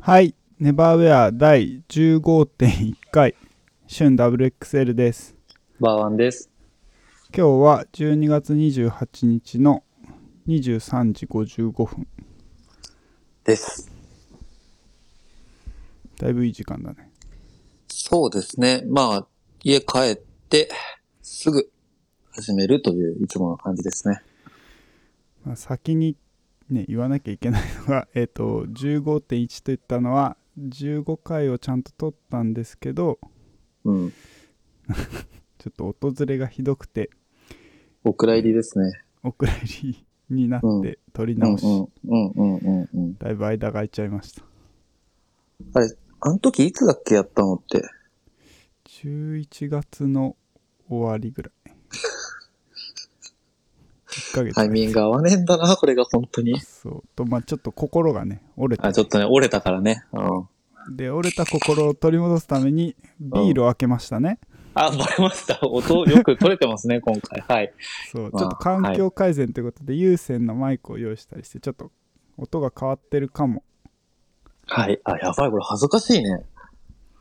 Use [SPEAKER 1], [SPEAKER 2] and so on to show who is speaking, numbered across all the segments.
[SPEAKER 1] はい、ネバーウェア第15.1回、旬 WXL です。
[SPEAKER 2] バーワンです。
[SPEAKER 1] 今日は12月28日の23時55分。
[SPEAKER 2] です。
[SPEAKER 1] だいぶいい時間だね。
[SPEAKER 2] そうですね。まあ、家帰って、すぐ始めるといういつもの感じですね。
[SPEAKER 1] まあ、先にね、言わなきゃいけないのが、 えっ、と、15.1と言ったのは、15回をちゃんと撮ったんですけど、
[SPEAKER 2] うん。
[SPEAKER 1] ちょっと訪れがひどくて、
[SPEAKER 2] お蔵入りですね。
[SPEAKER 1] お蔵入りになって撮り直し、
[SPEAKER 2] うんうんうんうんうん。
[SPEAKER 1] だいぶ間が空いちゃいました。
[SPEAKER 2] あれ、あの時いつだっけやったのって。
[SPEAKER 1] 11月の終わりぐらい。1ヶ月
[SPEAKER 2] タイミングが合わねえんだな、これが本当に。
[SPEAKER 1] そう。と、まあちょっと心がね、折れ
[SPEAKER 2] あ、
[SPEAKER 1] た。
[SPEAKER 2] ちょっとね、折れたからね。うん。
[SPEAKER 1] で、折れた心を取り戻すために、ビールを開けましたね。
[SPEAKER 2] あ、バレました。音よく取れてますね、今回。はい。
[SPEAKER 1] そう。
[SPEAKER 2] あ
[SPEAKER 1] ちょっと環境改善ということで、有線のマイクを用意したりして、ちょっと音が変わってるかも。
[SPEAKER 2] はい。あ、やばい、これ恥ずかしいね。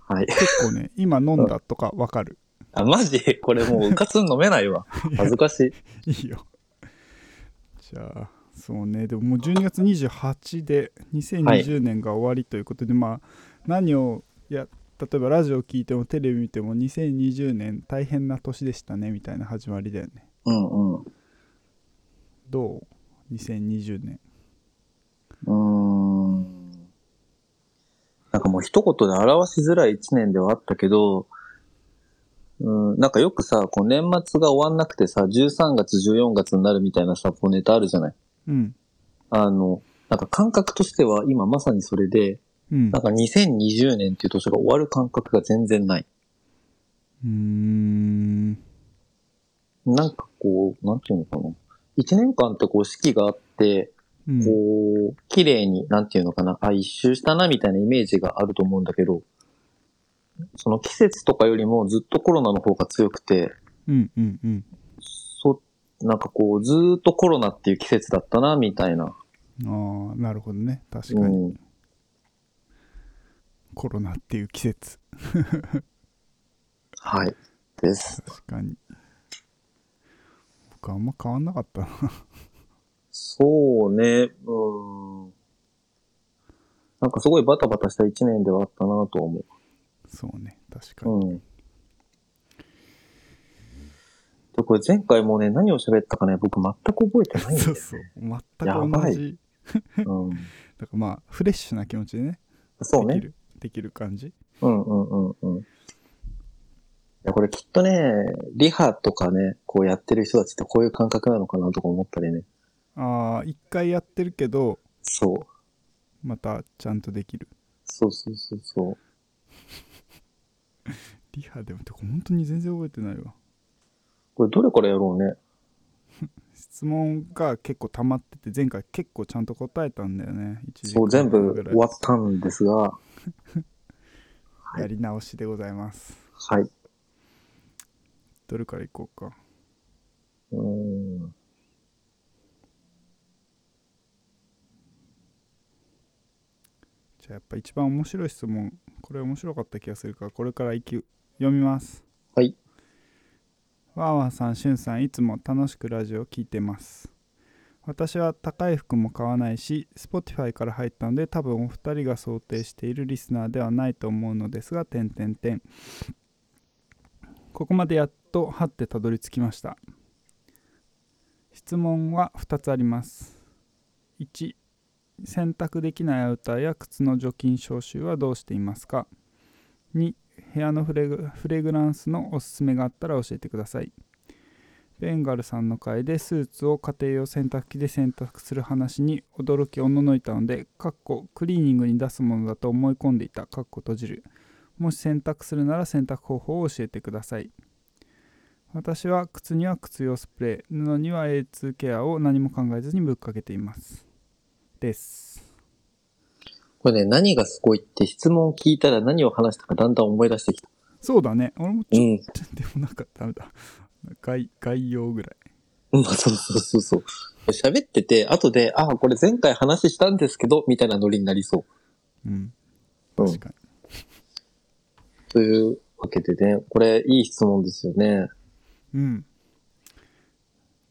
[SPEAKER 2] はい。
[SPEAKER 1] 結構ね、今飲んだとかわかる。
[SPEAKER 2] あ、マジこれもううかつん飲めないわ。恥ずかしい。
[SPEAKER 1] いいよ。じゃあ、そうね、でももう12月28で2020年が終わりということで、まあ何をや例えばラジオ聞いてもテレビ見ても2020年大変な年でしたねみたいな始まりだよね。
[SPEAKER 2] うんうん。
[SPEAKER 1] どう ?2020 年。
[SPEAKER 2] うーんなんかもう一言で表しづらい一年ではあったけど、うん、なんかよくさ、こう年末が終わんなくてさ、13月、14月になるみたいなさ、こうネタあるじゃない
[SPEAKER 1] うん。
[SPEAKER 2] あの、なんか感覚としては今まさにそれで、
[SPEAKER 1] うん。
[SPEAKER 2] なんか2020年っていう年が終わる感覚が全然ない。
[SPEAKER 1] うーん。
[SPEAKER 2] なんかこう、なんていうのかな。一年間ってこう四季があって、
[SPEAKER 1] うん。
[SPEAKER 2] こう、綺麗に、なんていうのかな、あ、一周したな、みたいなイメージがあると思うんだけど、その季節とかよりもずっとコロナの方が強くて、
[SPEAKER 1] うん。うん。うん。
[SPEAKER 2] そ、なんかこう、ずーっとコロナっていう季節だったな、みたいな。
[SPEAKER 1] ああ、なるほどね。確
[SPEAKER 2] う
[SPEAKER 1] かに。
[SPEAKER 2] ん。
[SPEAKER 1] コロナっていう季節。
[SPEAKER 2] はい。です。
[SPEAKER 1] 確かに。僕あんま変わんなかったな。
[SPEAKER 2] そうね、うん。なんかすごいバタバタした一年ではあったなと思
[SPEAKER 1] そうね。確かに。
[SPEAKER 2] う。うん。で、これ前回もね、何を喋ったかね、僕全く覚えてないん だ
[SPEAKER 1] そ
[SPEAKER 2] よ
[SPEAKER 1] うそう全く
[SPEAKER 2] やば
[SPEAKER 1] 同
[SPEAKER 2] い
[SPEAKER 1] じ
[SPEAKER 2] うん。
[SPEAKER 1] だからまあフレッシュな気持ちでね
[SPEAKER 2] そう
[SPEAKER 1] でき
[SPEAKER 2] ね。
[SPEAKER 1] るできる感じ
[SPEAKER 2] うんうんうんうん。いや、これきっとね、リハとかね、こうやってる人たちってこういう感覚なのかなとか思ったりね。
[SPEAKER 1] ああ一回やってるけど
[SPEAKER 2] そう。
[SPEAKER 1] またちゃんとできる
[SPEAKER 2] そうそうそうそう。
[SPEAKER 1] リハでもてか本当に全然覚えてないわ
[SPEAKER 2] これどれからやろうね。
[SPEAKER 1] 質問が結構溜まってて前回結構ちゃんと答えたんだよね一時
[SPEAKER 2] そう、全部
[SPEAKER 1] ぐらい
[SPEAKER 2] 終わったんですが、は
[SPEAKER 1] やり直しでございます
[SPEAKER 2] い。う
[SPEAKER 1] どれからいこうか
[SPEAKER 2] ーん。
[SPEAKER 1] じゃあやっぱ一番面白い質問これ面白かった気がするからこれからいき読みます
[SPEAKER 2] はい。
[SPEAKER 1] わーわーさん、しゅんさん、いつも楽しくラジオを聞いてます。私は高い服も買わないし、Spotify から入ったので、多分お二人が想定しているリスナーではないと思うのですが、点点点。ここまでやっとはってたどり着きました。質問は2つあります。1、洗濯できないアウターや靴の除菌消臭はどうしていますか ?2、部屋のフレグフレグランスのおすすめがあったら教えてくださいベンガルさんの回でスーツを家庭用洗濯機で洗濯する話に驚きおののいたのでかっこクリーニングに出すものだと思い込んでいたかっこ閉じるもし洗濯するなら洗濯方法を教えてください私は靴には靴用スプレー布には A2 ケアを何も考えずにぶっかけていますです
[SPEAKER 2] これね、何がすごいって質問を聞いたら何を話したかだんだん思い出してきた。
[SPEAKER 1] そうだね俺も
[SPEAKER 2] う
[SPEAKER 1] ちょ
[SPEAKER 2] ん。
[SPEAKER 1] っとでもなんかダメだ概概要ぐらい
[SPEAKER 2] まあ、そうそうそうそう。 喋ってて、後で、あ、これ前回話したんですけど、みたいなノリになりそう。
[SPEAKER 1] うん、
[SPEAKER 2] うん
[SPEAKER 1] 確かに。
[SPEAKER 2] というわけでね、これいい質問ですよね。
[SPEAKER 1] うん。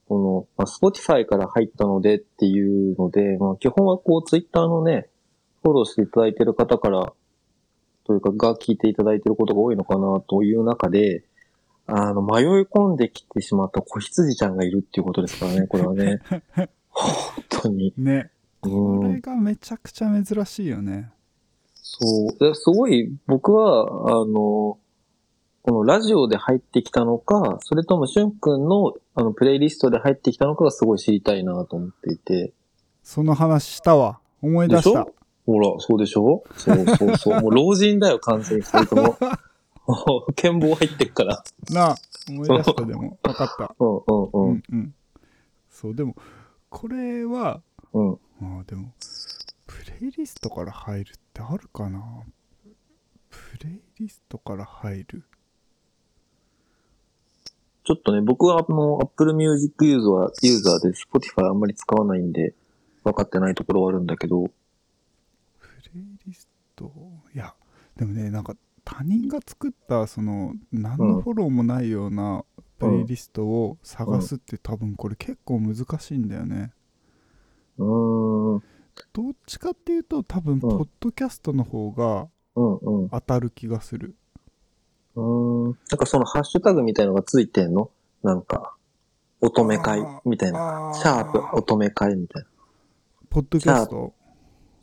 [SPEAKER 2] この、まあ、Spotify から入ったのでっていうので、まあ、基本はこう Twitter のね、フォローしていただいてる方から、というかが聞いていただいてることが多いのかなという中で、あの、迷い込んできてしまった子羊ちゃんがいるっていうことですからね、これはね。本当に。
[SPEAKER 1] ね。
[SPEAKER 2] うん
[SPEAKER 1] これがめちゃくちゃ珍しいよね。
[SPEAKER 2] そう。で、すごい、僕は、あの、このラジオで入ってきたのか、それともしゅんくんの、あの、プレイリストで入ってきたのかがすごい知りたいなと思っていて。
[SPEAKER 1] その話したわ。思い出
[SPEAKER 2] でし
[SPEAKER 1] した
[SPEAKER 2] ょ。ほら、そうでしょそうそう そう。もう老人だよ、完全に。それとも。 健忘入ってっから。
[SPEAKER 1] なあ、思い出したでも。わかった。
[SPEAKER 2] うん うん
[SPEAKER 1] う
[SPEAKER 2] うん。
[SPEAKER 1] んうん。そう、でも、これは、
[SPEAKER 2] うん。
[SPEAKER 1] ああ、でも、プレイリストから入るってあるかなプレイリストから入る。
[SPEAKER 2] ちょっとね、僕はあの、Apple Music ユーザー、ユーザーで Spotify あんまり使わないんで、分かってないところはあるんだけど。
[SPEAKER 1] プレイリストいやでもねなんか他人が作ったその何のフォローもないようなプレイリストを探すって多分これ結構難しいんだよね
[SPEAKER 2] うーん。
[SPEAKER 1] どっちかっていうと多分ポッドキャストの方が
[SPEAKER 2] うんうん。
[SPEAKER 1] 当たる気がする
[SPEAKER 2] うーん。なんかそのハッシュタグみたいのがついてんのなんか、乙女会みたいな。
[SPEAKER 1] あ
[SPEAKER 2] シャープ乙女会みたいな。
[SPEAKER 1] ポッドキャスト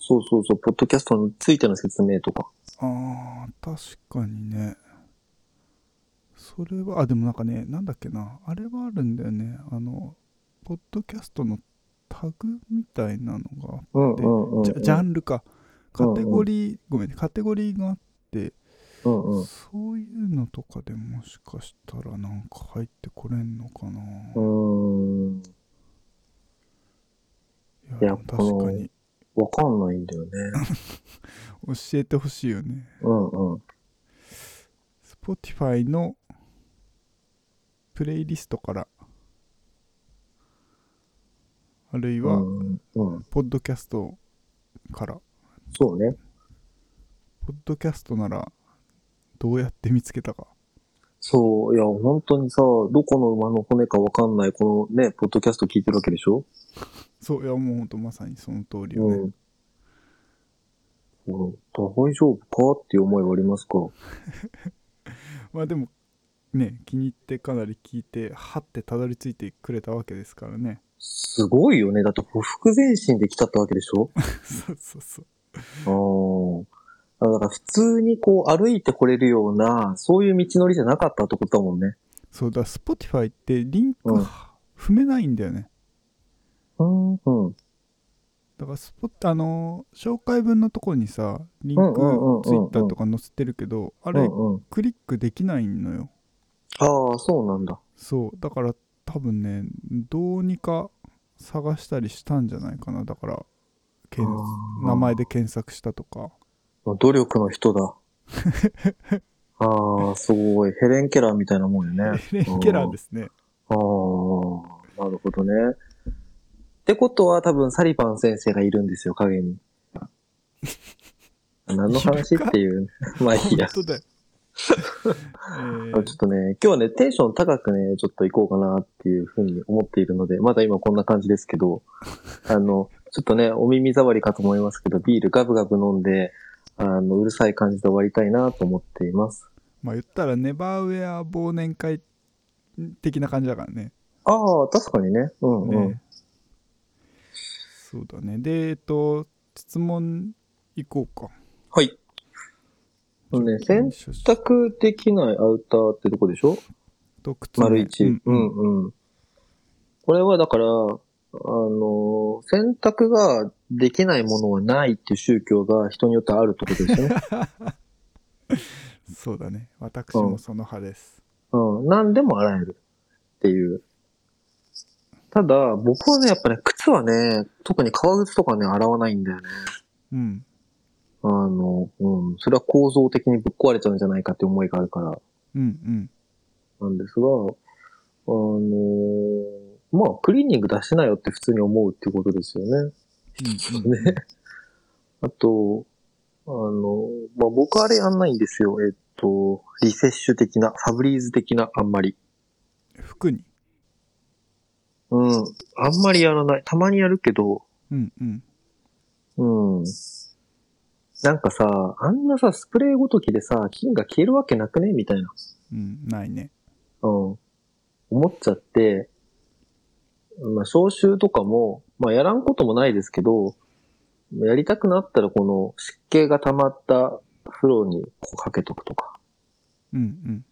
[SPEAKER 2] そうそうそう、ポッドキャストについての説明とか。
[SPEAKER 1] あー確かにねそれはあでもなんかねなんだっけなあれはあるんだよねあのポッドキャストのタグみたいなのが
[SPEAKER 2] うんうんうんうん。
[SPEAKER 1] ジャジャ
[SPEAKER 2] ン
[SPEAKER 1] ンルかカテゴリー、ごめんねカテゴリーがあって、
[SPEAKER 2] うんうん。
[SPEAKER 1] そういうのとかでもしかしたらなんか入ってこれんのかな、
[SPEAKER 2] うーん。
[SPEAKER 1] いや
[SPEAKER 2] いや
[SPEAKER 1] でも確かに
[SPEAKER 2] わかんないん だよね。
[SPEAKER 1] 教えてほしいよね
[SPEAKER 2] うんうん。
[SPEAKER 1] Spotify のプレイリストからあるいは、
[SPEAKER 2] うんうん。
[SPEAKER 1] ポッドキャストから
[SPEAKER 2] そうね。
[SPEAKER 1] ポッドキャストならどうやって見つけたか
[SPEAKER 2] そう、いや、本当にさ、どこの馬の骨かわかんない、このね、ポッドキャスト聞いてるわけでしょ
[SPEAKER 1] そういやもうほんとまさにその通りよね、
[SPEAKER 2] うん。うん大丈夫かっていう思いはありますか
[SPEAKER 1] まあでもね気に入ってかなり聞いてはってたどり着いてくれたわけですから ね
[SPEAKER 2] すごいよね。だって、ほふ前進できたってわけでし ょ
[SPEAKER 1] そうそうそう
[SPEAKER 2] あーだから普通にこう歩いてこれるような、そういう道のりじゃなかったってことだもんね。
[SPEAKER 1] そうだ Spotify ってリンク
[SPEAKER 2] うん
[SPEAKER 1] 踏めないんだよね、
[SPEAKER 2] うん、うん。
[SPEAKER 1] だからスポあのー紹介文のところにさリンク
[SPEAKER 2] うんうんうんうんうん
[SPEAKER 1] Twitter とか載せてるけどあ
[SPEAKER 2] あ
[SPEAKER 1] れ
[SPEAKER 2] うんうん、
[SPEAKER 1] クリックできないのよ
[SPEAKER 2] ああ、そうなんだ。
[SPEAKER 1] そうだから多分ねどうにか探したりしたんじゃないかなだからけん
[SPEAKER 2] あー
[SPEAKER 1] 名前で検索したとか
[SPEAKER 2] 努力の 人だ。ああ、すごい。ヘレン・ケラーみたいなもんよね。
[SPEAKER 1] レンケラーですね
[SPEAKER 2] ああー、なるほどね。ってことは多分サリバン先生がいるんですよ、影に。何の話っていう。まあいいや。
[SPEAKER 1] 本当 だよ。え
[SPEAKER 2] あ
[SPEAKER 1] ー
[SPEAKER 2] ちょっとね、今日はね、テンション高くね、ちょっと行こうかなっていうふうに思っているので、まだ今こんな感じですけど、あの、ちょっとね、お耳障りかと思いますけど、ビールガブガブ飲んで、あの、うるさい感じで終わりたいなと思っています。
[SPEAKER 1] まあ言ったらネバーウェア忘年会的な感じだからね。
[SPEAKER 2] ああ、確かにね。うんうん。
[SPEAKER 1] ねそうだね。で、えっと、質問いこうか。
[SPEAKER 2] はい。あのね、洗
[SPEAKER 1] 選択
[SPEAKER 2] 濯できないアウターってとこでしょ
[SPEAKER 1] 靴ね
[SPEAKER 2] 丸一。
[SPEAKER 1] うん
[SPEAKER 2] うんうん。これはだから、あのー選択ができないものはないっていう宗教が人によってあるってことです よね。
[SPEAKER 1] そうだね。私もその派です。
[SPEAKER 2] うん。何でも洗えるっていう。ただ、僕はね、やっぱね、靴はね、特に革靴とかね、洗わないんだよね。
[SPEAKER 1] うん。
[SPEAKER 2] あの、うん。それは構造的にぶっ壊れちゃうんじゃないかって思いがあるから。
[SPEAKER 1] うんうん。
[SPEAKER 2] なんですが、あのーまあ、クリーニング出してなよって普通に思うってことですよね。
[SPEAKER 1] うんうん
[SPEAKER 2] ね。あと、あの、ままあ、僕あれやんないんですよ。えっと、リセッシュ的な、ファブリーズ的な、あんまり。
[SPEAKER 1] 服に
[SPEAKER 2] うん。あんまりやらない。たまにやるけど、
[SPEAKER 1] うんうん
[SPEAKER 2] うん。なんかさ、あんなさ、スプレーごときでさ、菌が消えるわけなくねみたいな。
[SPEAKER 1] うんないね
[SPEAKER 2] うん。思っちゃって、まあ、消臭とかも、まあ、やらんこともないですけど、やりたくなったら、この湿気が溜まった風呂にこうかけとくとか、
[SPEAKER 1] うん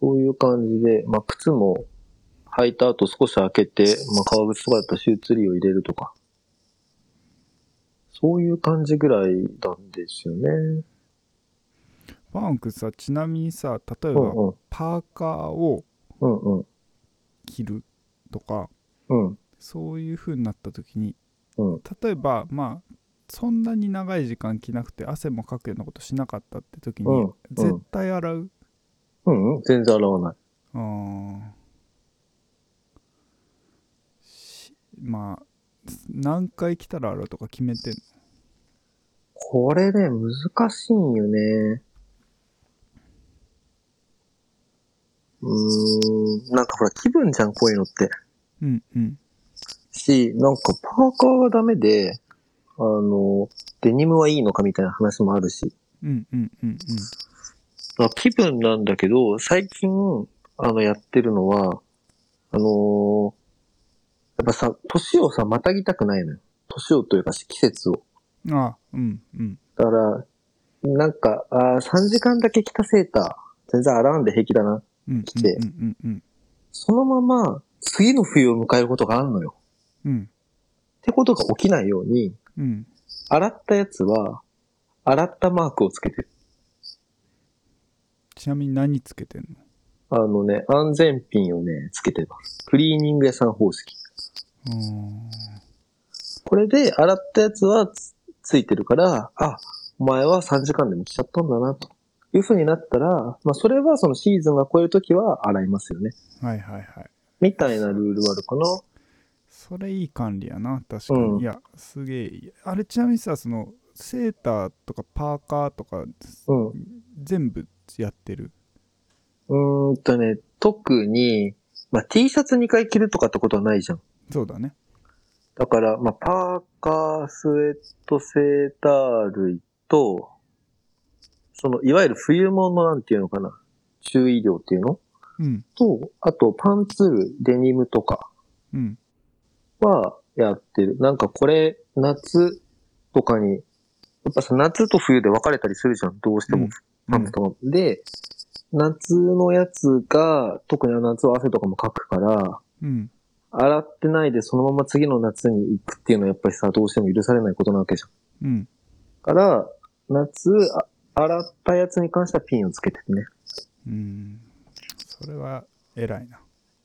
[SPEAKER 2] そういう感じで、まあ、靴も履いた後少し開けて、まあ、革靴とかだったらシューツリーを入れるとか、そういう感じぐらいなんですよね。
[SPEAKER 1] うんバーン君さちなみにさ例え
[SPEAKER 2] う
[SPEAKER 1] ば
[SPEAKER 2] んうん。
[SPEAKER 1] パーカーを
[SPEAKER 2] うんうん。
[SPEAKER 1] 着るとか
[SPEAKER 2] うん。
[SPEAKER 1] そういう風になった時に
[SPEAKER 2] うん。
[SPEAKER 1] 例えばまあそんなに長い時間着なくて汗もかくようなことしなかったって時に、
[SPEAKER 2] うん
[SPEAKER 1] 絶対洗う
[SPEAKER 2] うんうん。全然洗わない。
[SPEAKER 1] あーしまあ何回来たら洗うとか決めてん
[SPEAKER 2] これね、難しいんよね。うーん、なんかほら、気分じゃん、こういうのって。
[SPEAKER 1] うんうん
[SPEAKER 2] し、なんかパーカーがダメで、あの、デニムはいいのかみたいな話もあるし。
[SPEAKER 1] うんうんうん
[SPEAKER 2] まあ、気分なんだけど、最近、あの、やってるのは、あのーやっぱさ、年をさ、またぎたくないのよ。年をというか、季節を。
[SPEAKER 1] うんあうんうん
[SPEAKER 2] だから、なんか、あー3時間だけ着たセーター、全然洗わんで平気だな。
[SPEAKER 1] うん
[SPEAKER 2] 来て
[SPEAKER 1] うんうん
[SPEAKER 2] そのまま、次の冬を迎えることがあんのよ。
[SPEAKER 1] うんうん
[SPEAKER 2] ってことが起きないように、
[SPEAKER 1] うん
[SPEAKER 2] 洗ったやつは、洗ったマークをつけてる。
[SPEAKER 1] ちなみに何つけてんの
[SPEAKER 2] あのね、安全ピンをね、つけてます。クリーニング屋さん方式。
[SPEAKER 1] うーん
[SPEAKER 2] これで、洗ったやつはつついてるから、あ、お前は3時間でも着ちゃったんだな、という風になったら、まあ、それはそのシーズンが超えるときは洗いますよね。
[SPEAKER 1] はいはいはい
[SPEAKER 2] みたいなルールはあるかな。
[SPEAKER 1] それいい管理やな確かに、
[SPEAKER 2] うん
[SPEAKER 1] いやすげえいいあれちなみにさそのセーターとかパーカーとか
[SPEAKER 2] うん。
[SPEAKER 1] 全部やってる
[SPEAKER 2] うーんとね、特に、まあ、T シャツ2回着るとかってことはないじゃん。
[SPEAKER 1] そうだね
[SPEAKER 2] だから、まあ、パーカー、スウェット、セーター類と、その、いわゆる冬物のなんていうのかな、注意量っていうの
[SPEAKER 1] うん
[SPEAKER 2] と、あと、パンツ類、デニムとか
[SPEAKER 1] うん
[SPEAKER 2] はやってる。なんかこれ、夏とかに、やっぱさ、夏と冬で分かれたりするじゃん、どうしても。パンツとかも。で、夏のやつが、特にあの夏は汗とかもかくから、
[SPEAKER 1] うん
[SPEAKER 2] 洗ってないでそのまま次の夏に行くっていうのはやっぱりさ、どうしても許されないことなわけじゃん。
[SPEAKER 1] うん
[SPEAKER 2] から、夏、あ洗ったやつに関してはピンをつけてるね。
[SPEAKER 1] うんそれは偉いな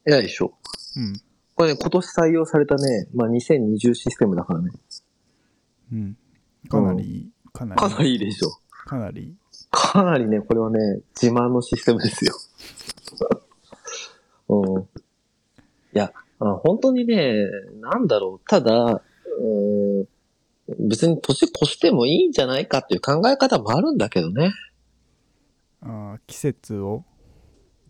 [SPEAKER 2] 偉いでしょ。
[SPEAKER 1] うん
[SPEAKER 2] これね、今年採用されたね、まあ、2020システムだからね。
[SPEAKER 1] うんかなりいいかなり
[SPEAKER 2] かなりいいでしょ。
[SPEAKER 1] かなりいい
[SPEAKER 2] かなりね、これはね、自慢のシステムですよ。 うん。いや、あ本当にね、なんだろう。ただ、うーん別に年越してもいいんじゃないかっていう考え方もあるんだけどね。
[SPEAKER 1] あー季節を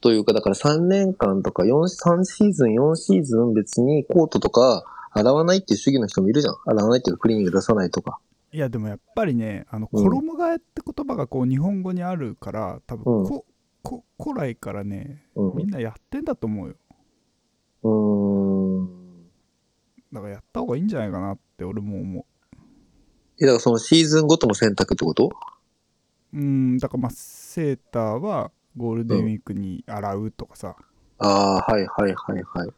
[SPEAKER 2] というか、だから3年間とか4、3シーズン、4シーズン別にコートとか洗わないっていう主義の人もいるじゃん。洗わないっていうかクリーニング出さないとか。
[SPEAKER 1] いやでもやっぱりねあの
[SPEAKER 2] うん
[SPEAKER 1] 衣替えって言葉がこう日本語にあるから多分
[SPEAKER 2] うん
[SPEAKER 1] こ、こ古来からね
[SPEAKER 2] うん。
[SPEAKER 1] みんなやってんだと思うよ
[SPEAKER 2] うーん。
[SPEAKER 1] だからやった方がいいんじゃないかなって俺も思
[SPEAKER 2] えだからそのシーズンごとの選択ってこと
[SPEAKER 1] ううんだからまあセーターはゴールデンウィークに洗うとかさ、
[SPEAKER 2] ああ、はいはいはいはい。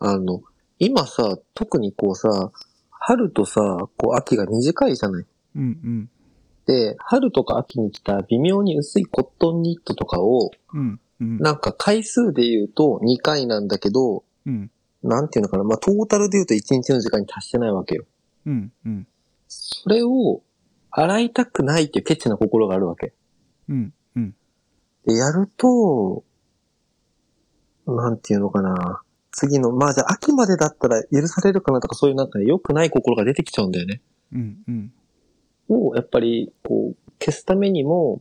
[SPEAKER 2] あの、今さ、特にこうさ、春とさ、こう秋が短いじゃない。
[SPEAKER 1] うん、うん
[SPEAKER 2] で、春とか秋に来た微妙に薄いコットンニットとかを、
[SPEAKER 1] うんうん
[SPEAKER 2] なんか回数で言うと2回なんだけど、
[SPEAKER 1] うん
[SPEAKER 2] なんていうのかな、まあ、トータルで言うと1日の時間に達してないわけよ。
[SPEAKER 1] うんうん
[SPEAKER 2] それを、洗いたくないっていうケチな心があるわけ。
[SPEAKER 1] うんうん
[SPEAKER 2] で、やると、なんていうのかな。次の、まあじゃあ秋までだったら許されるかなとかそういうなんかね良くない心が出てきちゃうんだよね。
[SPEAKER 1] うんうん
[SPEAKER 2] を、やっぱり、こう、消すためにも、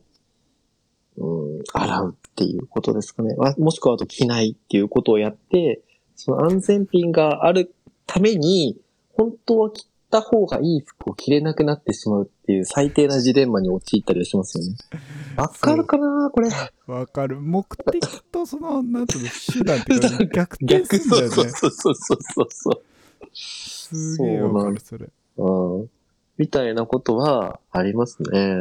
[SPEAKER 2] うん、洗うっていうことですかね。あもしくはあと着ないっていうことをやって、その安全ピンがあるために、本当は着た方がいい服を着れなくなってしまうっていう最低なジレンマに陥ったりはしますよ ね。わかるかなこれ。
[SPEAKER 1] わかる。目的とその、なんていうの、手段っていうか、逆転
[SPEAKER 2] 逆、
[SPEAKER 1] する
[SPEAKER 2] そ
[SPEAKER 1] ん
[SPEAKER 2] う
[SPEAKER 1] だよ
[SPEAKER 2] そう
[SPEAKER 1] ね。
[SPEAKER 2] そうそうそうそう。
[SPEAKER 1] すげえわかる、それ。
[SPEAKER 2] うんみたいなことはありますね。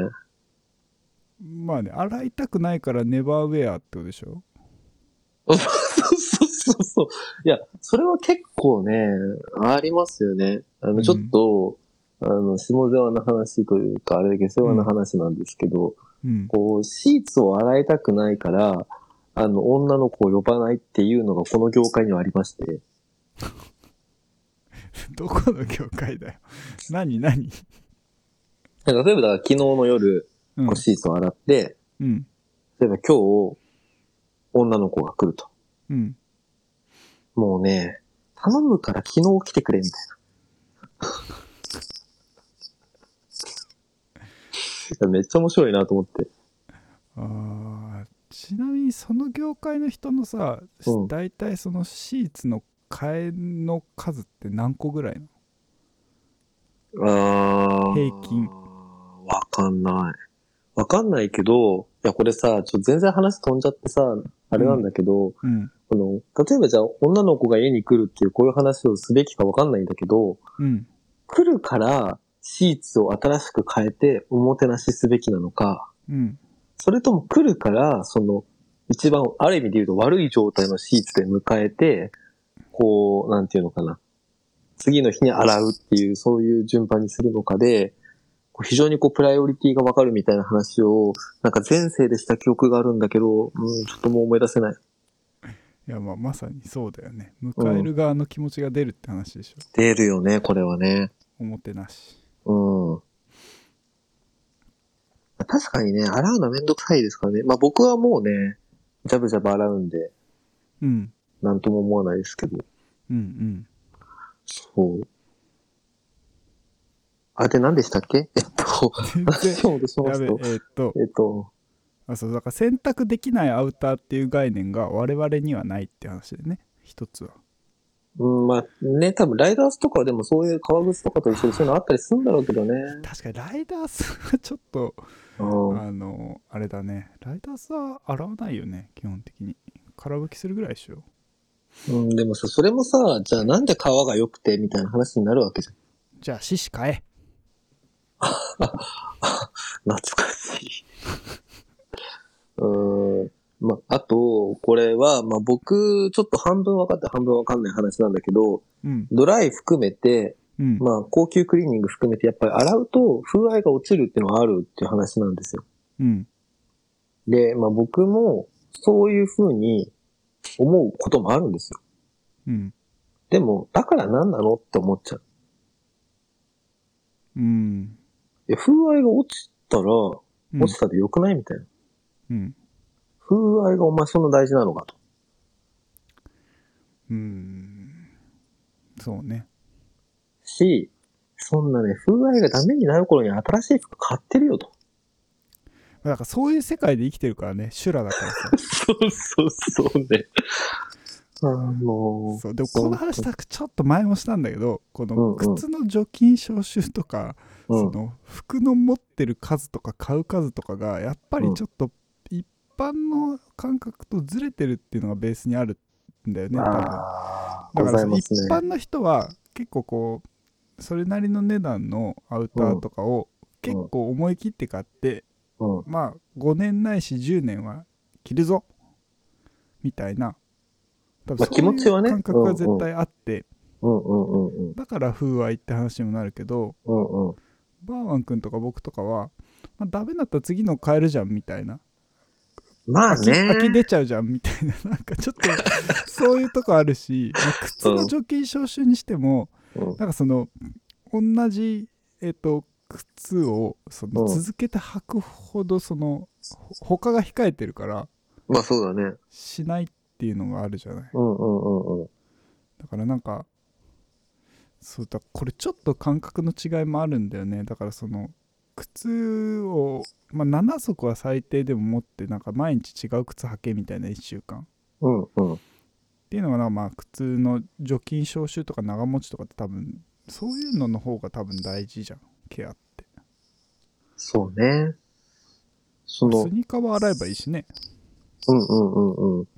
[SPEAKER 1] まあね、洗いたくないからネバーウェアってことでしょ
[SPEAKER 2] そうそうそうそう。いや、それは結構ね、ありますよね。あ
[SPEAKER 1] うん
[SPEAKER 2] の、ちょっと、あの、下世話な話というか、あれだけ世話な話なんですけど、
[SPEAKER 1] うん。
[SPEAKER 2] こう、シーツを洗いたくないから、あの、女の子を呼ばないっていうのがこの業界にはありまして、
[SPEAKER 1] どこの業界だよ。何何
[SPEAKER 2] なんか例えばだから昨日の夜、
[SPEAKER 1] うん
[SPEAKER 2] こう。シーツを洗って、
[SPEAKER 1] うん。
[SPEAKER 2] 例えば今日、女の子が来ると。
[SPEAKER 1] うん。
[SPEAKER 2] もうね、頼むから昨日来てくれみたい な。いやめっちゃ面白いなと思って。
[SPEAKER 1] あーちなみにその業界の人のさ、
[SPEAKER 2] うん
[SPEAKER 1] 大体そのシーツの替えの数って何個ぐらいなの
[SPEAKER 2] あー
[SPEAKER 1] 平均。
[SPEAKER 2] わかんない。わかんないけど、いや、これさ、ちょっと全然話飛んじゃってさ、あれなんだけど、
[SPEAKER 1] うん。
[SPEAKER 2] あの、例えばじゃあ女の子が家に来るっていうこういう話をすべきかわかんないんだけど、
[SPEAKER 1] うん。
[SPEAKER 2] 来るからシーツを新しく変えておもてなしすべきなのか、
[SPEAKER 1] うん。
[SPEAKER 2] それとも来るから、その、一番、ある意味で言うと悪い状態のシーツで迎えて、こう、なんていうのかな。次の日に洗うっていう、そういう順番にするのかで、こう非常にこう、プライオリティがわかるみたいな話を、なんか前世でした記憶があるんだけど、うん、ちょっともう思い出せない。
[SPEAKER 1] いや、まあ、まさにそうだよね。迎える側の気持ちが出るって話でしょ。
[SPEAKER 2] 出るよね、これはね。
[SPEAKER 1] おもてなし。
[SPEAKER 2] うん。確かにね、洗うのめんどくさいですからね。まあ僕はもうね、ジャブジャブ洗うんで、
[SPEAKER 1] うん。
[SPEAKER 2] なんとも思わないですけど。
[SPEAKER 1] うんうん。
[SPEAKER 2] そう。あれで何でしたっけ えっと、
[SPEAKER 1] 全然
[SPEAKER 2] 話を戻しま
[SPEAKER 1] やべえ、
[SPEAKER 2] す
[SPEAKER 1] え
[SPEAKER 2] と。
[SPEAKER 1] ーっと、
[SPEAKER 2] えっと、
[SPEAKER 1] あ、そう、だから選択できないアウターっていう概念が我々にはないって話でね、一つは。
[SPEAKER 2] うん、まあね、多分ライダースとかはでもそういう革靴とかと一緒にそういうのあったりするんだろうけどね。
[SPEAKER 1] 確かにライダースはちょっと、
[SPEAKER 2] うん。
[SPEAKER 1] あの、あれだね、ライダースは洗わないよね、基本的に。空拭きするぐらいでしょ。
[SPEAKER 2] うん、でもさ、それもさ、じゃあなんで革が良くてみたいな話になるわけじゃん。
[SPEAKER 1] じゃあ、獅子買え。
[SPEAKER 2] 懐かしい。うん。まあ、あと、これは、まあ、僕、ちょっと半分分かって半分分かんない話なんだけど、
[SPEAKER 1] うん。
[SPEAKER 2] ドライ含めて、
[SPEAKER 1] うん。
[SPEAKER 2] まあ、高級クリーニング含めて、やっぱり洗うと風合いが落ちるっていうのはあるっていう話なんですよ。
[SPEAKER 1] うん。
[SPEAKER 2] で、まあ僕もそういうふうに思うこともあるんですよ。
[SPEAKER 1] うん。
[SPEAKER 2] でも、だから何なのって思っちゃう。
[SPEAKER 1] うん。
[SPEAKER 2] いや風合いが落ちたら、落
[SPEAKER 1] うん。
[SPEAKER 2] ちたで良くないみたいな。
[SPEAKER 1] うん。
[SPEAKER 2] 風合いがお前そんな大事なのかと。
[SPEAKER 1] うん。そうね。
[SPEAKER 2] し、そんなね、風合いがダメになる頃に新しい服買ってるよと。
[SPEAKER 1] だからそういう世界で生きてるからね、修羅だから さ。
[SPEAKER 2] そうそうそうね。あの
[SPEAKER 1] そうでもこの話たくちょっと前もしたんだけどこ
[SPEAKER 2] うんう
[SPEAKER 1] の
[SPEAKER 2] ん
[SPEAKER 1] 靴の除菌消臭とか、
[SPEAKER 2] う
[SPEAKER 1] その服の持ってる数とか買う数とかがやっぱりちょっと一般の感覚とずれてるっていうのがベースにあるんだよね
[SPEAKER 2] ん。
[SPEAKER 1] 多分
[SPEAKER 2] ああ、
[SPEAKER 1] だ
[SPEAKER 2] ご
[SPEAKER 1] から
[SPEAKER 2] ざい
[SPEAKER 1] その
[SPEAKER 2] ま
[SPEAKER 1] 一
[SPEAKER 2] すね。
[SPEAKER 1] 般の人は結構こうそれなりの値段のアウターとかを結構思い切って買って、
[SPEAKER 2] うん。
[SPEAKER 1] まあ5年ないし10年は着るぞみたいな多
[SPEAKER 2] まあ気持ちはね
[SPEAKER 1] 感覚が
[SPEAKER 2] うんう
[SPEAKER 1] 絶
[SPEAKER 2] ん
[SPEAKER 1] 対あって、
[SPEAKER 2] うんうんうんうん。
[SPEAKER 1] だから風合いって話にもなるけど
[SPEAKER 2] うんうん。
[SPEAKER 1] バーワン君とか僕とかは、まあ、ダメだったら次の変えるじゃんみたいな
[SPEAKER 2] まあ
[SPEAKER 1] 飽き
[SPEAKER 2] ね。
[SPEAKER 1] 飽き出ちゃうじゃんみたいななんかちょっ とそういうとこあるし、まあ靴の除菌消臭にしても
[SPEAKER 2] うん
[SPEAKER 1] なんかその同じ、えっと靴をそうの
[SPEAKER 2] ん
[SPEAKER 1] 続けて履くほどそのほ他が控えてるから
[SPEAKER 2] まあそうだね。
[SPEAKER 1] しないっていうのがあるじゃない
[SPEAKER 2] うんうんうんうん。
[SPEAKER 1] だからなんかそうだこれちょっと感覚の違いもあるんだよねだからその靴を、まあ、7足は最低でも持ってなんか毎日違う靴履けみたいな1週間っ
[SPEAKER 2] うんうん。
[SPEAKER 1] ていうのがなんかまあ普通の除菌消臭とか長持ちとかって多分そういうのの方が多分大事じゃんケアって
[SPEAKER 2] そうね。そ
[SPEAKER 1] ス
[SPEAKER 2] の、
[SPEAKER 1] ニーカーは洗えばいいしね
[SPEAKER 2] うんうんうんうん。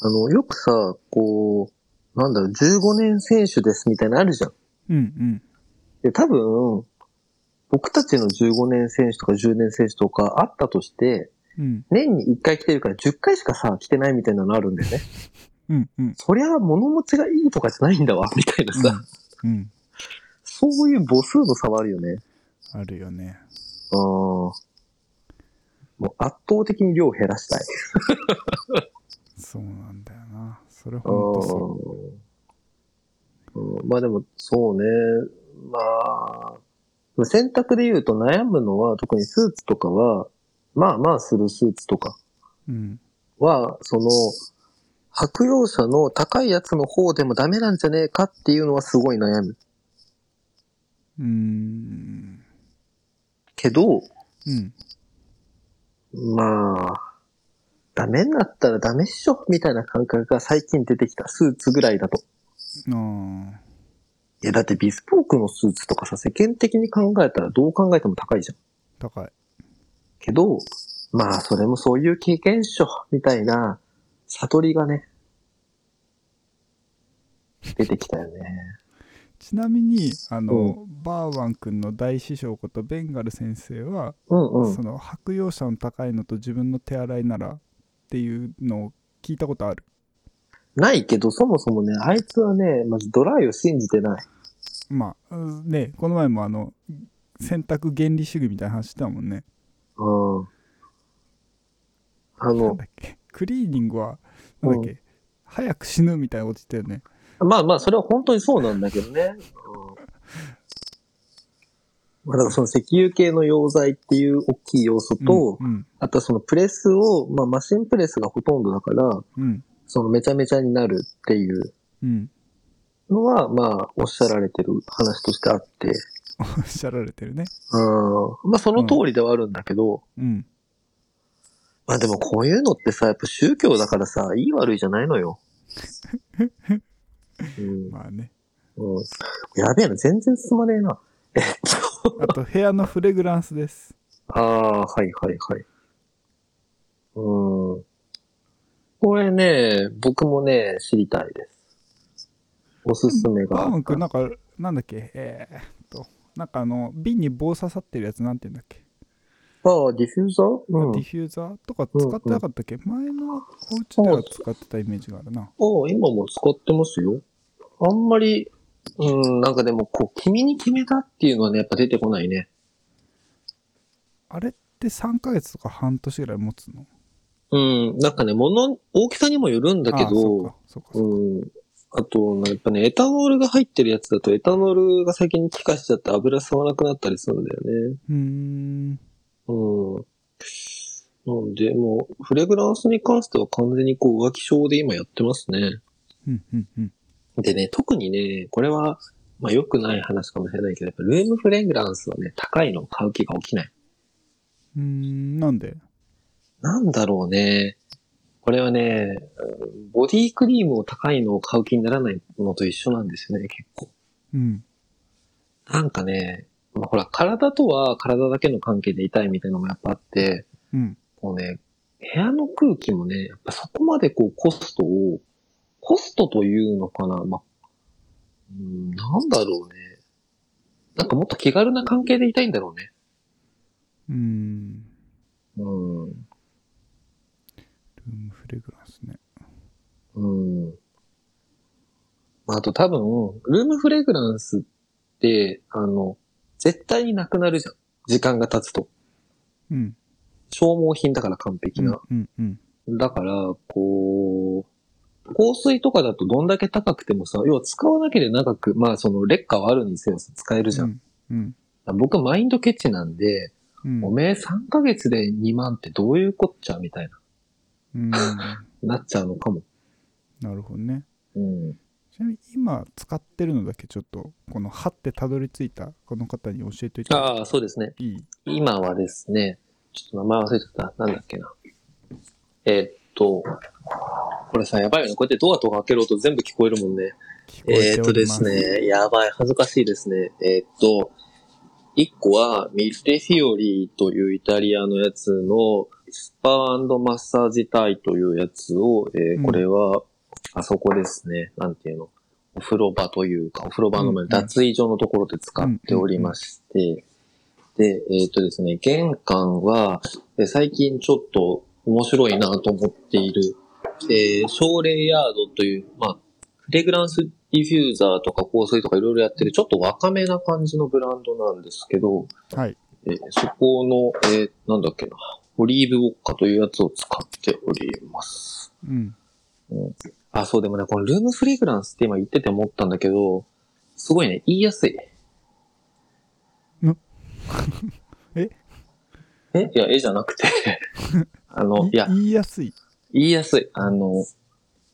[SPEAKER 2] あの、よくさ、こう、なんだろう、15年選手ですみたいなのあるじゃん。
[SPEAKER 1] うん
[SPEAKER 2] で、多分、僕たちの15年選手とか10年選手とかあったとして、
[SPEAKER 1] うんうん
[SPEAKER 2] 年に1回来てるから10回しかさ、来てないみたいなのあるんだよね。
[SPEAKER 1] うんうん
[SPEAKER 2] そりゃ物持ちがいいとかじゃないんだわ、みたいなさ。
[SPEAKER 1] うん
[SPEAKER 2] そういう母数の差はあるよね。
[SPEAKER 1] あるよね
[SPEAKER 2] うん。もう圧倒的に量を減らしたい。
[SPEAKER 1] そうなんだよなそれ
[SPEAKER 2] あ
[SPEAKER 1] ほんとそう
[SPEAKER 2] ーうんまあでも、そうね。まあ、選択で言うと悩むのは、特にスーツとかは、まあまあするスーツとか
[SPEAKER 1] うん
[SPEAKER 2] は、その、白用者の高いやつの方でもダメなんじゃねえかっていうのはすごい悩む。
[SPEAKER 1] うーん
[SPEAKER 2] けど、
[SPEAKER 1] うん
[SPEAKER 2] まあ、ダメになったらダメっしょ、みたいな感覚が最近出てきたスーツぐらいだと。
[SPEAKER 1] あ
[SPEAKER 2] いや、だってビスポークのスーツとかさ、世間的に考えたらどう考えても高いじゃん。
[SPEAKER 1] ー高い
[SPEAKER 2] けど、まあ、それもそういう経験っしょ、みたいな、悟りがね、出てきたよね。
[SPEAKER 1] ちなみにあの、バーワン君の大師匠ことベンガル先生は、
[SPEAKER 2] うんうん。
[SPEAKER 1] その白用者の高いのと自分の手洗いならっていうのを聞いたことある
[SPEAKER 2] ないけど、そもそもね、あいつはね、まずドライを信じてない。
[SPEAKER 1] まあうんねこの前もあの選択原理主義みたいな話してたもんね
[SPEAKER 2] うん。あ
[SPEAKER 1] なん
[SPEAKER 2] の
[SPEAKER 1] だ、っけクリーニングはなんだっけ、早く死ぬみたいなこと言ってたよね
[SPEAKER 2] まあまあ、それは本当にそうなんだけどね。うん、まあ、だからその石油系の溶剤っていう大きい要素と、
[SPEAKER 1] うん
[SPEAKER 2] あとはそのプレスを、まあマシンプレスがほとんどだから、
[SPEAKER 1] うん
[SPEAKER 2] そのめちゃめちゃになるっていう
[SPEAKER 1] うん、
[SPEAKER 2] のは、まあ、おっしゃられてる話としてあって、
[SPEAKER 1] おっしゃられてるね
[SPEAKER 2] うん、まあその通りではあるんだけど、
[SPEAKER 1] うん
[SPEAKER 2] まあでもこういうのってさ、やっぱ宗教だからさ、いい悪いじゃないのよ。うん
[SPEAKER 1] まあね
[SPEAKER 2] うん、やべえな、全然進まねえな。えっと。
[SPEAKER 1] あと部屋のフレグランスです
[SPEAKER 2] ああ、はいはいはい。うーん。これね、僕もね、知りたいです。おすすめが
[SPEAKER 1] バ
[SPEAKER 2] あ
[SPEAKER 1] ーマン
[SPEAKER 2] った
[SPEAKER 1] 君なんかなんだっけえー、っとなんかあの瓶に棒刺さってるやつなんて言うんだっけ、
[SPEAKER 2] ああ、ディフューザーうん。
[SPEAKER 1] ディフューザーとか使ってなかったっけ、前のお家では使ってたイメージがあるな
[SPEAKER 2] ああ、今も使ってますよ。あんまり、うん、なんかでも、こう、君に決めたっていうのはね、やっぱ出てこないね。
[SPEAKER 1] あれって3ヶ月とか半年ぐらい持つの
[SPEAKER 2] うん、なんかね、物、大きさにもよるんだけ
[SPEAKER 1] あそう
[SPEAKER 2] ど
[SPEAKER 1] か、そうかそうか
[SPEAKER 2] うん。あと、やっぱね、エタノールが入ってるやつだと、エタノールが先に気化しちゃって油吸わなくなったりするんだよね。
[SPEAKER 1] うーん
[SPEAKER 2] うん。なんで、もう、フレグランスに関しては完全にこう浮気症で今やってますね。
[SPEAKER 1] うんうんうん
[SPEAKER 2] でね、特にね、これは、まあ良くない話かもしれないけど、やっぱルームフレグランスはね、高いのを買う気が起きない。
[SPEAKER 1] うーんなんで
[SPEAKER 2] なんだろうね。これはね、うんボディクリームを高いのを買う気にならないのと一緒なんですよね、結構。
[SPEAKER 1] うん
[SPEAKER 2] なんかね、まあ、ほら、体とは体だけの関係で痛いみたいなのもやっぱあって、
[SPEAKER 1] うん
[SPEAKER 2] こうね、部屋の空気もね、やっぱそこまでこうコストを、コストというのかな、まあ、うーん、なんだろうね。なんかもっと気軽な関係でいたいんだろうね。
[SPEAKER 1] うーん
[SPEAKER 2] うん。
[SPEAKER 1] ルームフレグランスね
[SPEAKER 2] うん。まあ、あと多分、ルームフレグランスって、あの、絶対になくなるじゃん。時間が経つと。
[SPEAKER 1] うん
[SPEAKER 2] 消耗品だから完璧
[SPEAKER 1] うん
[SPEAKER 2] な。
[SPEAKER 1] うんうん
[SPEAKER 2] だから、こう、香水とかだとどんだけ高くてもさ、要は使わなければ長く、まあその劣化はあるにせよさ使えるじゃん。
[SPEAKER 1] うん
[SPEAKER 2] 僕マインドケチなんで、
[SPEAKER 1] うん
[SPEAKER 2] おめえ3ヶ月で2万ってどういうこっちゃみたい
[SPEAKER 1] うんな
[SPEAKER 2] な、なっちゃうのかも。
[SPEAKER 1] るほどね
[SPEAKER 2] うん。
[SPEAKER 1] ちなみに今使ってるのだけちょっとこの「は」ってたどり着いたこの方に教えておいて
[SPEAKER 2] ああ、そうですね。
[SPEAKER 1] いい
[SPEAKER 2] 今はですね、ちょっと名前忘れてた。なんだっけな。えーっと、これさ、やばいよね。こうやってドアとか開けると全部聞こえるもんね。
[SPEAKER 1] 聞こえ
[SPEAKER 2] え
[SPEAKER 1] て
[SPEAKER 2] ーっ
[SPEAKER 1] お
[SPEAKER 2] と
[SPEAKER 1] り
[SPEAKER 2] で
[SPEAKER 1] ます
[SPEAKER 2] すね、やばい、恥ずかしいですね。えーっと、一個は、ミッレフィオリというイタリアのやつの、スパマッサージタイというやつを、えー
[SPEAKER 1] うん
[SPEAKER 2] これは、あそこですね、なんていうの、お風呂場というか、お風呂場の
[SPEAKER 1] うんうん
[SPEAKER 2] 脱衣所のところで使っておりまして、で、えーっとですね、玄関は、えー最近ちょっと面白いなと思っている、えー、症例ヤードという、まあ、フレグランスディフューザーとか香水とかいろいろやってる、ちょっと若めな感じのブランドなんですけど、
[SPEAKER 1] はい
[SPEAKER 2] えーそこの、えーなんだっけな、オリーブウォッカというやつを使っております。
[SPEAKER 1] うん
[SPEAKER 2] あ、そうでもね、このルームフレグランスって今言ってて思ったんだけど、すごいね、言いやすい。
[SPEAKER 1] んえ
[SPEAKER 2] えいや、えじゃなくて、 あの、
[SPEAKER 1] い
[SPEAKER 2] いや、
[SPEAKER 1] 言いやすい
[SPEAKER 2] 言いやすい。あの、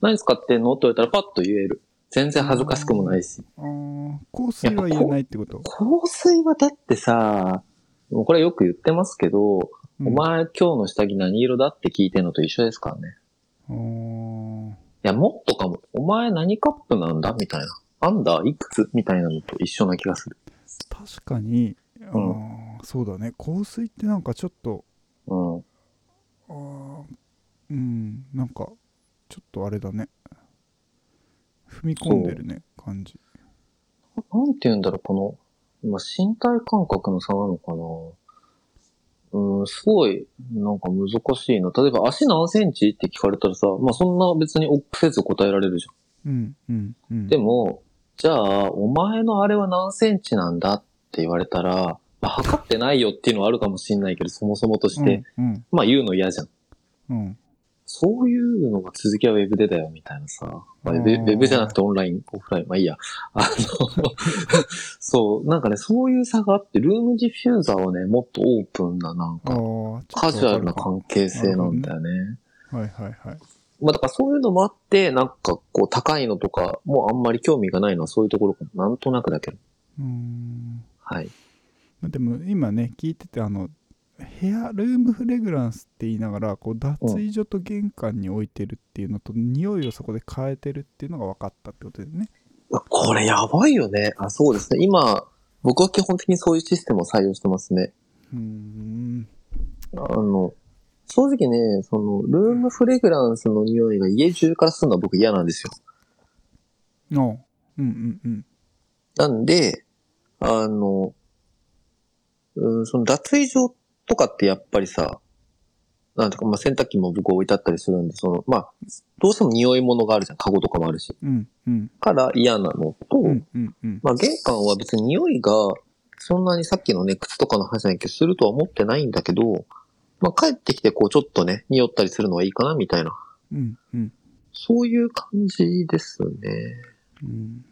[SPEAKER 2] 何使ってんのって言われたらパッと言える。全然恥ずかしくもないし。
[SPEAKER 1] あー香水は言えないってこと、
[SPEAKER 2] 香水はだってさ、もうこれよく言ってますけど、
[SPEAKER 1] うん、
[SPEAKER 2] お前今日の下着何色だって聞いてんのと一緒ですからね。
[SPEAKER 1] おー
[SPEAKER 2] いや、もっとかも。お前何カップなんだみたいな。アンダーいくつみたいなのと一緒な気がする。
[SPEAKER 1] 確かにあー、
[SPEAKER 2] う
[SPEAKER 1] そうだね香水ってなんかちょっと
[SPEAKER 2] うん。
[SPEAKER 1] あーうんなんかちょっとあれだね踏み込んでるね感じ
[SPEAKER 2] なんて言うんだろう、この、まあ、身体感覚の差なのかな。うん、すごい、なんか難しいな。例えば、足何センチって聞かれたらさ、まあ、そんな別に臆せず答えられるじゃ
[SPEAKER 1] うんうんうん
[SPEAKER 2] ん。でも、じゃあ、お前のあれは何センチなんだって言われたら、まあ、測ってないよっていうのはあるかもしれないけど、そもそもとして、
[SPEAKER 1] うん
[SPEAKER 2] まあ、言うの嫌じゃん。
[SPEAKER 1] うん、うん
[SPEAKER 2] そういうのが続きはウェブでだよ、みたいなさ。まあウェブ
[SPEAKER 1] うん
[SPEAKER 2] ウェブじゃなくてオンライン、オフライン、まあいいや。あの、 そう、なんかね、そういう差があって、ルームディフューザーはね、もっとオープンな、なん
[SPEAKER 1] あ
[SPEAKER 2] か、
[SPEAKER 1] ーちょ
[SPEAKER 2] カ
[SPEAKER 1] っ
[SPEAKER 2] ジ
[SPEAKER 1] と
[SPEAKER 2] ュア
[SPEAKER 1] わか
[SPEAKER 2] ル
[SPEAKER 1] る
[SPEAKER 2] な
[SPEAKER 1] かも
[SPEAKER 2] 関係性なんだよね。
[SPEAKER 1] はいはいはい
[SPEAKER 2] まあだからそういうのもあって、なんかこう、高いのとか、もうあんまり興味がないのはそういうところかも。なんとなくだけど。
[SPEAKER 1] うーん
[SPEAKER 2] はい。
[SPEAKER 1] まあでも今ね聞いててあの部屋ルームフレグランスって言いながらこう脱衣所と玄関に置いてるっていうのと、匂いをそこで変えてるっていうのが分かったってことでね
[SPEAKER 2] うわこれやばいよね。あ、そうですね。今、僕は基本的にそういうシステムを採用してますね。
[SPEAKER 1] うーん
[SPEAKER 2] あの、正直ね、その、ルームフレグランスの匂いが家中からするのは僕嫌なんですよ。
[SPEAKER 1] あーうんうんうん
[SPEAKER 2] なんで、あの、うん、その脱衣所とかってやっぱりさ、なんとか、まあ、洗濯機も僕置いてあったりするんで、その、まあ、どうしても匂い物があるじゃん。カゴとかもあるし。
[SPEAKER 1] うんうん
[SPEAKER 2] から嫌なのと、
[SPEAKER 1] うんうんうん
[SPEAKER 2] まあ、玄関は別に匂いが、そんなにさっきのね、靴とかの話じゃないけど、するとは思ってないんだけど、まあ、帰ってきてこう、ちょっとね、匂ったりするのはいいかな、みたいな。
[SPEAKER 1] うんうん
[SPEAKER 2] そういう感じですね。
[SPEAKER 1] うん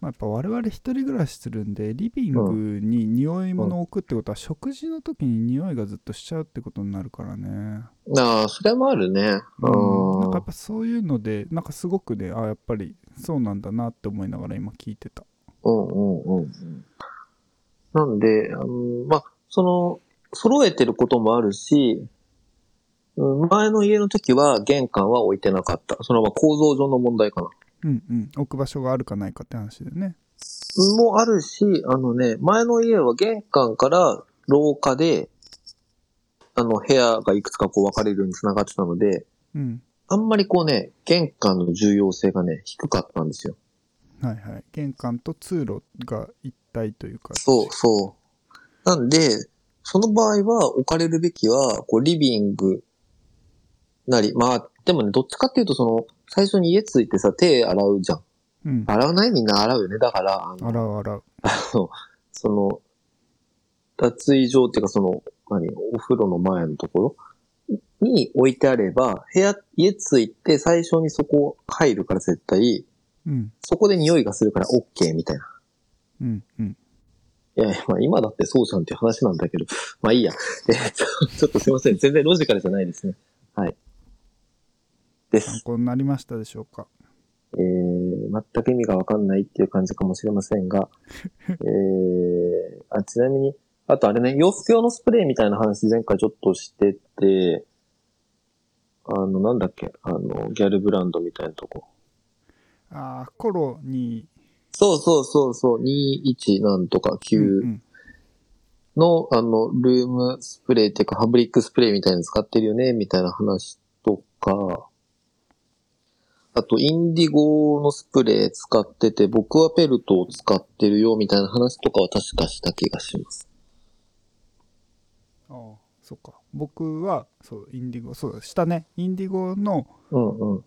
[SPEAKER 1] まあ、やっぱ我々一人暮らしするんでリビングに匂い物を置くってことは食事の時に匂いがずっとしちゃうってことになるからね、
[SPEAKER 2] ああ、それもあるね。う
[SPEAKER 1] うん、
[SPEAKER 2] ん。
[SPEAKER 1] なんかやっぱそういうのでなんかすごくねあやっぱりそうなんだなって思いながら今聞いてた
[SPEAKER 2] うんうんうんうん。なんで、あのまあ、その、揃えてることもあるし、うん前の家の時は玄関は置いてなかった。そのまあ構造上の問題かな。
[SPEAKER 1] うんうん置く場所があるかないかって話でね
[SPEAKER 2] もあるし、あのね、前の家は玄関から廊下で、あの部屋がいくつかこう分かれるように繋がってたので、
[SPEAKER 1] うん
[SPEAKER 2] あんまりこうね、玄関の重要性がね、低かったんですよ。
[SPEAKER 1] はいはい玄関と通路が一体というか
[SPEAKER 2] そうそう。なんで、その場合は置かれるべきは、こう、リビングなり、まあ、でもね、どっちかっていうと、その、最初に家着いてさ、手洗うじゃん。
[SPEAKER 1] うん
[SPEAKER 2] 洗わないみんな洗うよね。だから、あの、
[SPEAKER 1] 洗う洗う
[SPEAKER 2] その、脱衣場っていうか、その、何、お風呂の前のところに置いてあれば、部屋、家着いて最初にそこ入るから絶対、
[SPEAKER 1] うん
[SPEAKER 2] そこで匂いがするから OK みたいな。
[SPEAKER 1] うんうん
[SPEAKER 2] いやいや、まあ今だってそうじゃんっていう話なんだけど、まあいいや。 えーちょちょっとすいません。全然ロジカルじゃないですね。はい。で
[SPEAKER 1] 参
[SPEAKER 2] す。
[SPEAKER 1] 考になりましたでしょうか
[SPEAKER 2] えー、全く意味がわかんないっていう感じかもしれませんが、えー、あ、ちなみに、あとあれね、洋服用のスプレーみたいな話前回ちょっとしてて、あの、なんだっけ、あの、ギャルブランドみたいなとこ。
[SPEAKER 1] ああ、コロに、
[SPEAKER 2] そうそうそうそう、21なんとか
[SPEAKER 1] う
[SPEAKER 2] 9
[SPEAKER 1] ん
[SPEAKER 2] の、あの、ルームスプレーっていうか、ファブリックスプレーみたいなの使ってるよね、みたいな話とか、あと、インディゴのスプレー使ってて、僕はペルトを使ってるよ、みたいな話とかは確かした気がします。
[SPEAKER 1] うん、ああそっか僕はそうインディゴそうだしたねインディゴの
[SPEAKER 2] うんうん。
[SPEAKER 1] フ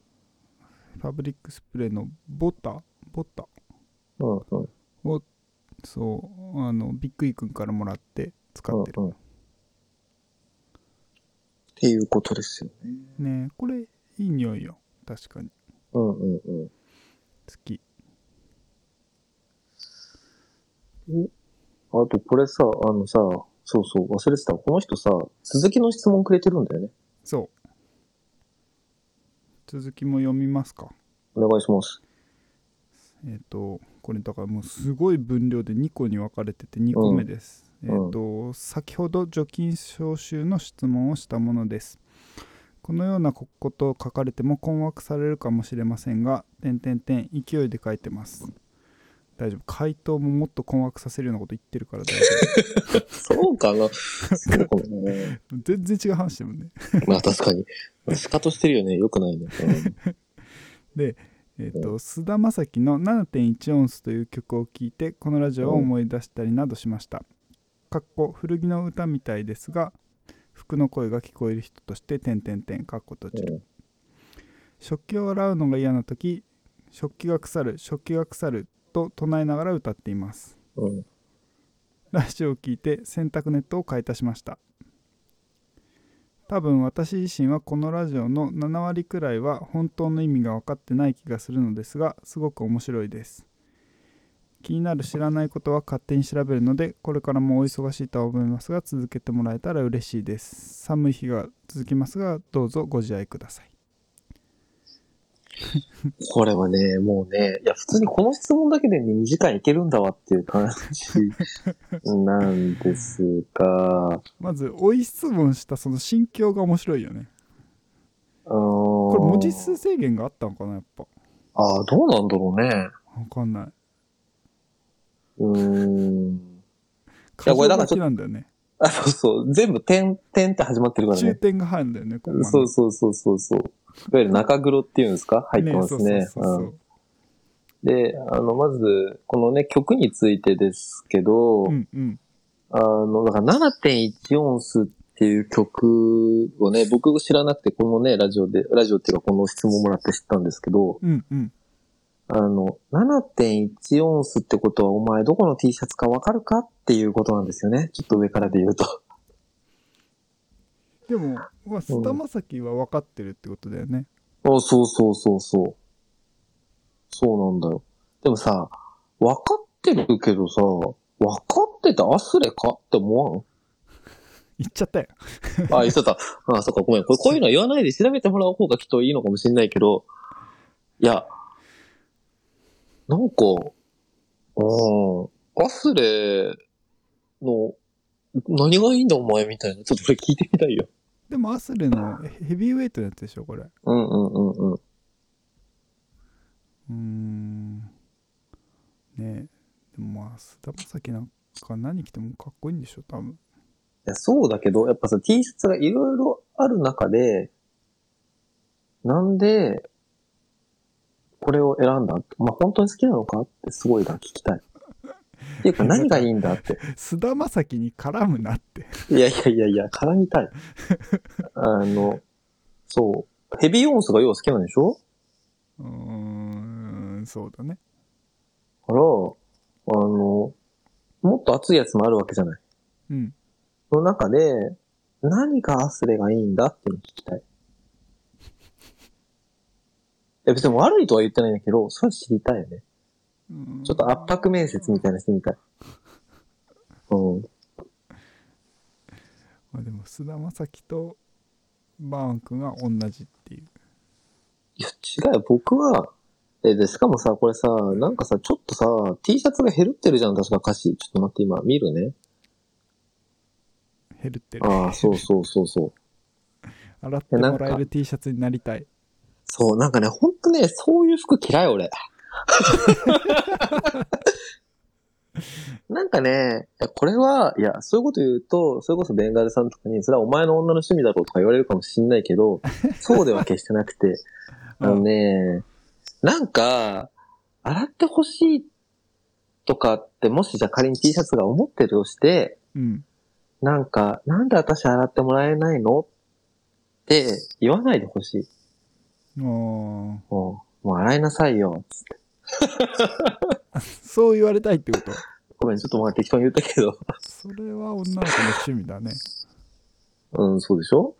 [SPEAKER 1] ァブリックスプレーのボタボタ
[SPEAKER 2] うんうん。
[SPEAKER 1] をそうあのビッグイ君からもらって使ってる、
[SPEAKER 2] うんうん。っていうことですよね。
[SPEAKER 1] ねこれいい匂いよ確かに
[SPEAKER 2] うんうんうん。
[SPEAKER 1] 好き
[SPEAKER 2] あと、これさ、あのさ、そうそう、忘れてた。この人さ、続きの質問くれてるんだよね。
[SPEAKER 1] そう続きも読みますか
[SPEAKER 2] お願いします。
[SPEAKER 1] えっ、とこれだからもうすごい分量で2個に分かれてて2個目です、
[SPEAKER 2] ん
[SPEAKER 1] えっ、と先ほど除菌消臭の質問をしたものですこのようなことを書かれても困惑されるかもしれませんが点点点勢いで書いてます大丈夫回答ももっと困惑させるようなこと言ってるから大丈
[SPEAKER 2] そうかな。そうかもね。
[SPEAKER 1] 夫全然違う話だもんね
[SPEAKER 2] まあ確かに。スカとしてるよね。よくないね。
[SPEAKER 1] で、えー、と菅田将暉の「7.1オンス」という曲を聴いてこのラジオを思い出したりなどしました。かっこ古着の歌みたいですが服の声が聞こえる人として点点点かっこ閉じる。食器を洗うのが嫌な時食器が腐る食器が腐ると唱えながら歌っています。
[SPEAKER 2] うん。うん。
[SPEAKER 1] ラジオを聞いて洗濯ネットを買い足しました多分私自身はこのラジオの7割くらいは本当の意味が分かってない気がするのですがすごく面白いです気になる知らないことは勝手に調べるのでこれからもお忙しいとは思いますが続けてもらえたら嬉しいです寒い日が続きますがどうぞご自愛ください
[SPEAKER 2] これはね、もうね、いや、普通にこの質問だけでね、2時間いけるんだわっていう感 じなんですが、
[SPEAKER 1] まず追い質問したその心境が面白いよね
[SPEAKER 2] あこ
[SPEAKER 1] これ文字数制限があったのかなやっぱ
[SPEAKER 2] ああ、どうなんだろうね。
[SPEAKER 1] 分かんないう
[SPEAKER 2] ーん。い
[SPEAKER 1] 過
[SPEAKER 2] やこ
[SPEAKER 1] 剰
[SPEAKER 2] れなん
[SPEAKER 1] 書
[SPEAKER 2] かちょ
[SPEAKER 1] きなんだよね
[SPEAKER 2] あ、そうそう。全部点、点って始まってるから
[SPEAKER 1] 中
[SPEAKER 2] ね。
[SPEAKER 1] 点が入るんだよね、ここまで
[SPEAKER 2] そうそうそうそうそう。いわゆる中黒っていうんですか入ってますね。
[SPEAKER 1] そうそうそう
[SPEAKER 2] うんで、あの、まず、このね、曲についてですけど、
[SPEAKER 1] そう。うんうん。
[SPEAKER 2] あの、だから7.1オンスっていう曲をね、僕知らなくて、このね、ラジオで、ラジオっていうかこの質問もらって知ったんですけど、
[SPEAKER 1] うんうん。
[SPEAKER 2] あの、7.1オンスってことはお前どこの T シャツかわかるかっていうことなんですよね。ちょっと上からで言うと。
[SPEAKER 1] でも、まあ、菅田将暉は分かってるってことだよね。
[SPEAKER 2] あ、そうそうそうそう。そうなんだよ。でもさ、わかってるけどさ、わかっててアスレかって思わん
[SPEAKER 1] 言っちゃったよ。
[SPEAKER 2] あ、言っちゃった。あ、そっか、ごめん。これこういうの言わないで調べてもらう方がきっといいのかもしれないけど、いや、なんか、うん、アスレの、何がいいんだお前みたいな。ちょっとこれ聞いてみたいよ。
[SPEAKER 1] でも、アスレのヘビーウェイトのやつでしょ、これ。う
[SPEAKER 2] うんうんうんうん。
[SPEAKER 1] ーん。ねえ。でも、まあ、菅田将暉なんか何着てもかっこいいんでしょ、多分。
[SPEAKER 2] いや、そうだけど、やっぱさ、T シャツがいろいろある中で、なんで、これを選んだお前本当に好きなのかってすごいな、聞きたい。っていうか、何がいいんだって。
[SPEAKER 1] 菅田将暉に絡むなって。
[SPEAKER 2] いやいやいやいや、絡みたい。あの、そう。ヘビーオンスが要は好きなんでしょ
[SPEAKER 1] うーん、そうだね。
[SPEAKER 2] だから、あの、もっと熱いやつもあるわけじゃない。
[SPEAKER 1] うん。
[SPEAKER 2] その中で、何がアスレがいいんだっていうのを聞きたい。いや別に悪いとは言ってないんだけど、それ知りたいよね。
[SPEAKER 1] うーん
[SPEAKER 2] ちょっと圧迫面接みたいなしてみたい。うん。
[SPEAKER 1] まあ、でも、菅田将暉とバーン君が同じっていう。
[SPEAKER 2] いや、違うよ。僕は、ええ、で、しかもさ、これさ、なんかさ、ちょっとさ、T シャツが減るってるじゃん、確か歌詞。ちょっと待って、今、見るね。
[SPEAKER 1] 減るってる。
[SPEAKER 2] ああ、そうそうそうそう。
[SPEAKER 1] 洗ってもらえる T シャツになりたい。
[SPEAKER 2] そう、なんかね、ほんとね、そういう服嫌い、俺。 なんかね、いやこれは、いや、そういうこと言うと、それこそベンガルさんとかに、それはお前の女の趣味だろうとか言われるかもしんないけど、そうでは決してなくて、あのね、なんか、洗ってほしいとかって、もしじゃあ仮に T シャツが思ってるとして、
[SPEAKER 1] うん。
[SPEAKER 2] なんか、なんで私洗ってもらえないのって言わないでほしい。
[SPEAKER 1] お
[SPEAKER 2] もう、もう洗いなさいよ。つって
[SPEAKER 1] ーそう言われたいってこと
[SPEAKER 2] ごめん、ちょっとまあ適当に言ったけど。
[SPEAKER 1] それは女の子の趣味だね。
[SPEAKER 2] うん、そうでしょ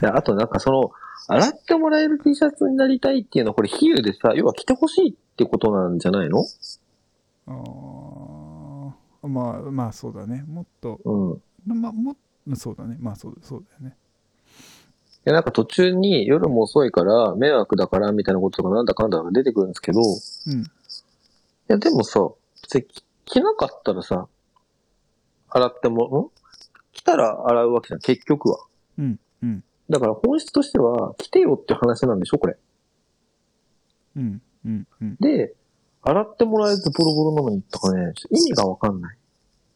[SPEAKER 2] であとなんかその、洗ってもらえる T シャツになりたいっていうのはこれ比喩でさ、要は着てほしいってことなんじゃないの
[SPEAKER 1] あーまあまあそうだね。もっと、
[SPEAKER 2] うん。い
[SPEAKER 1] まあもそうだね。まあそうそうだよね。
[SPEAKER 2] や、なんか途中に夜も遅いから迷惑だからみたいなことがなんだかんだ出てくるんですけど、い
[SPEAKER 1] うん。
[SPEAKER 2] や、でもさ、別に着着なかったらさ、洗っても、ん着たら洗うわけじゃん、結局は。
[SPEAKER 1] うん。うん。
[SPEAKER 2] だから本質としては、来てよって話なんでしょ、これ。
[SPEAKER 1] うん。うん。うん。
[SPEAKER 2] で、洗ってもらえずボロボロなのにとかね、ちょっと意味がわかんない。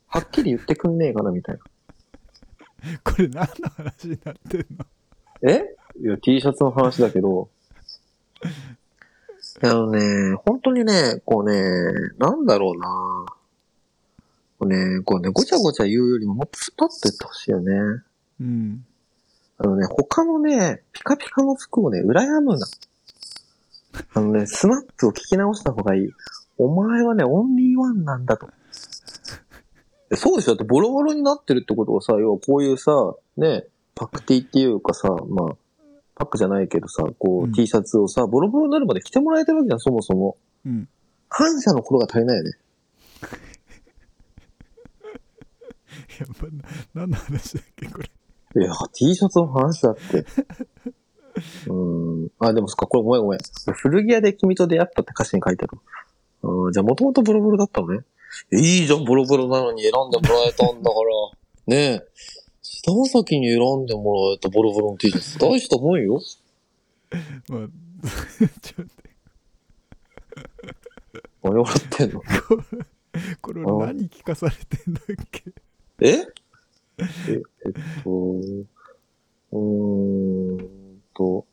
[SPEAKER 2] はっきり言ってくんねえかな、みたい
[SPEAKER 1] これ何の話になってんの
[SPEAKER 2] な。えいや、T シャツの話だけど。あのね、本当にね、こうね、なんだろうなこうね、こうね、ごちゃごちゃ言うよりももっとスパッと言ってほしいよね。
[SPEAKER 1] うん。
[SPEAKER 2] あのね、他のね、ピカピカの服をね、羨むな。あのね、スマップを聞き直した方がいい。お前はね、オンリーワンなんだと。えそうでしょだってボロボロになってるってことはさ、要はこういうさ、ね、パクティっていうかさ、まあ、パックじゃないけどさ、こ
[SPEAKER 1] うん
[SPEAKER 2] う T シャツをさ、ボロボロになるまで着てもらえてるわけじゃん、そもそも。
[SPEAKER 1] うん。
[SPEAKER 2] 感謝のことが足りないよね。
[SPEAKER 1] やっぱ何の話だっけこれ。
[SPEAKER 2] いや、T シャツの話だって。うーん。あ、でもそっか、これごめんごめん。古着屋で君と出会ったって歌詞に書いてある。うーん、じゃあもともとボロボロだったのね。いいじゃん、ボロボロなのに選んでもらえたんだから。ねえ。下崎に選んでもらえたボロボロの T シャツ、大したもんよ。
[SPEAKER 1] まあ、 ちょっと待って
[SPEAKER 2] 何笑ってんの
[SPEAKER 1] これ俺何聞かされてんだっけ
[SPEAKER 2] ええ えっと、うーんと、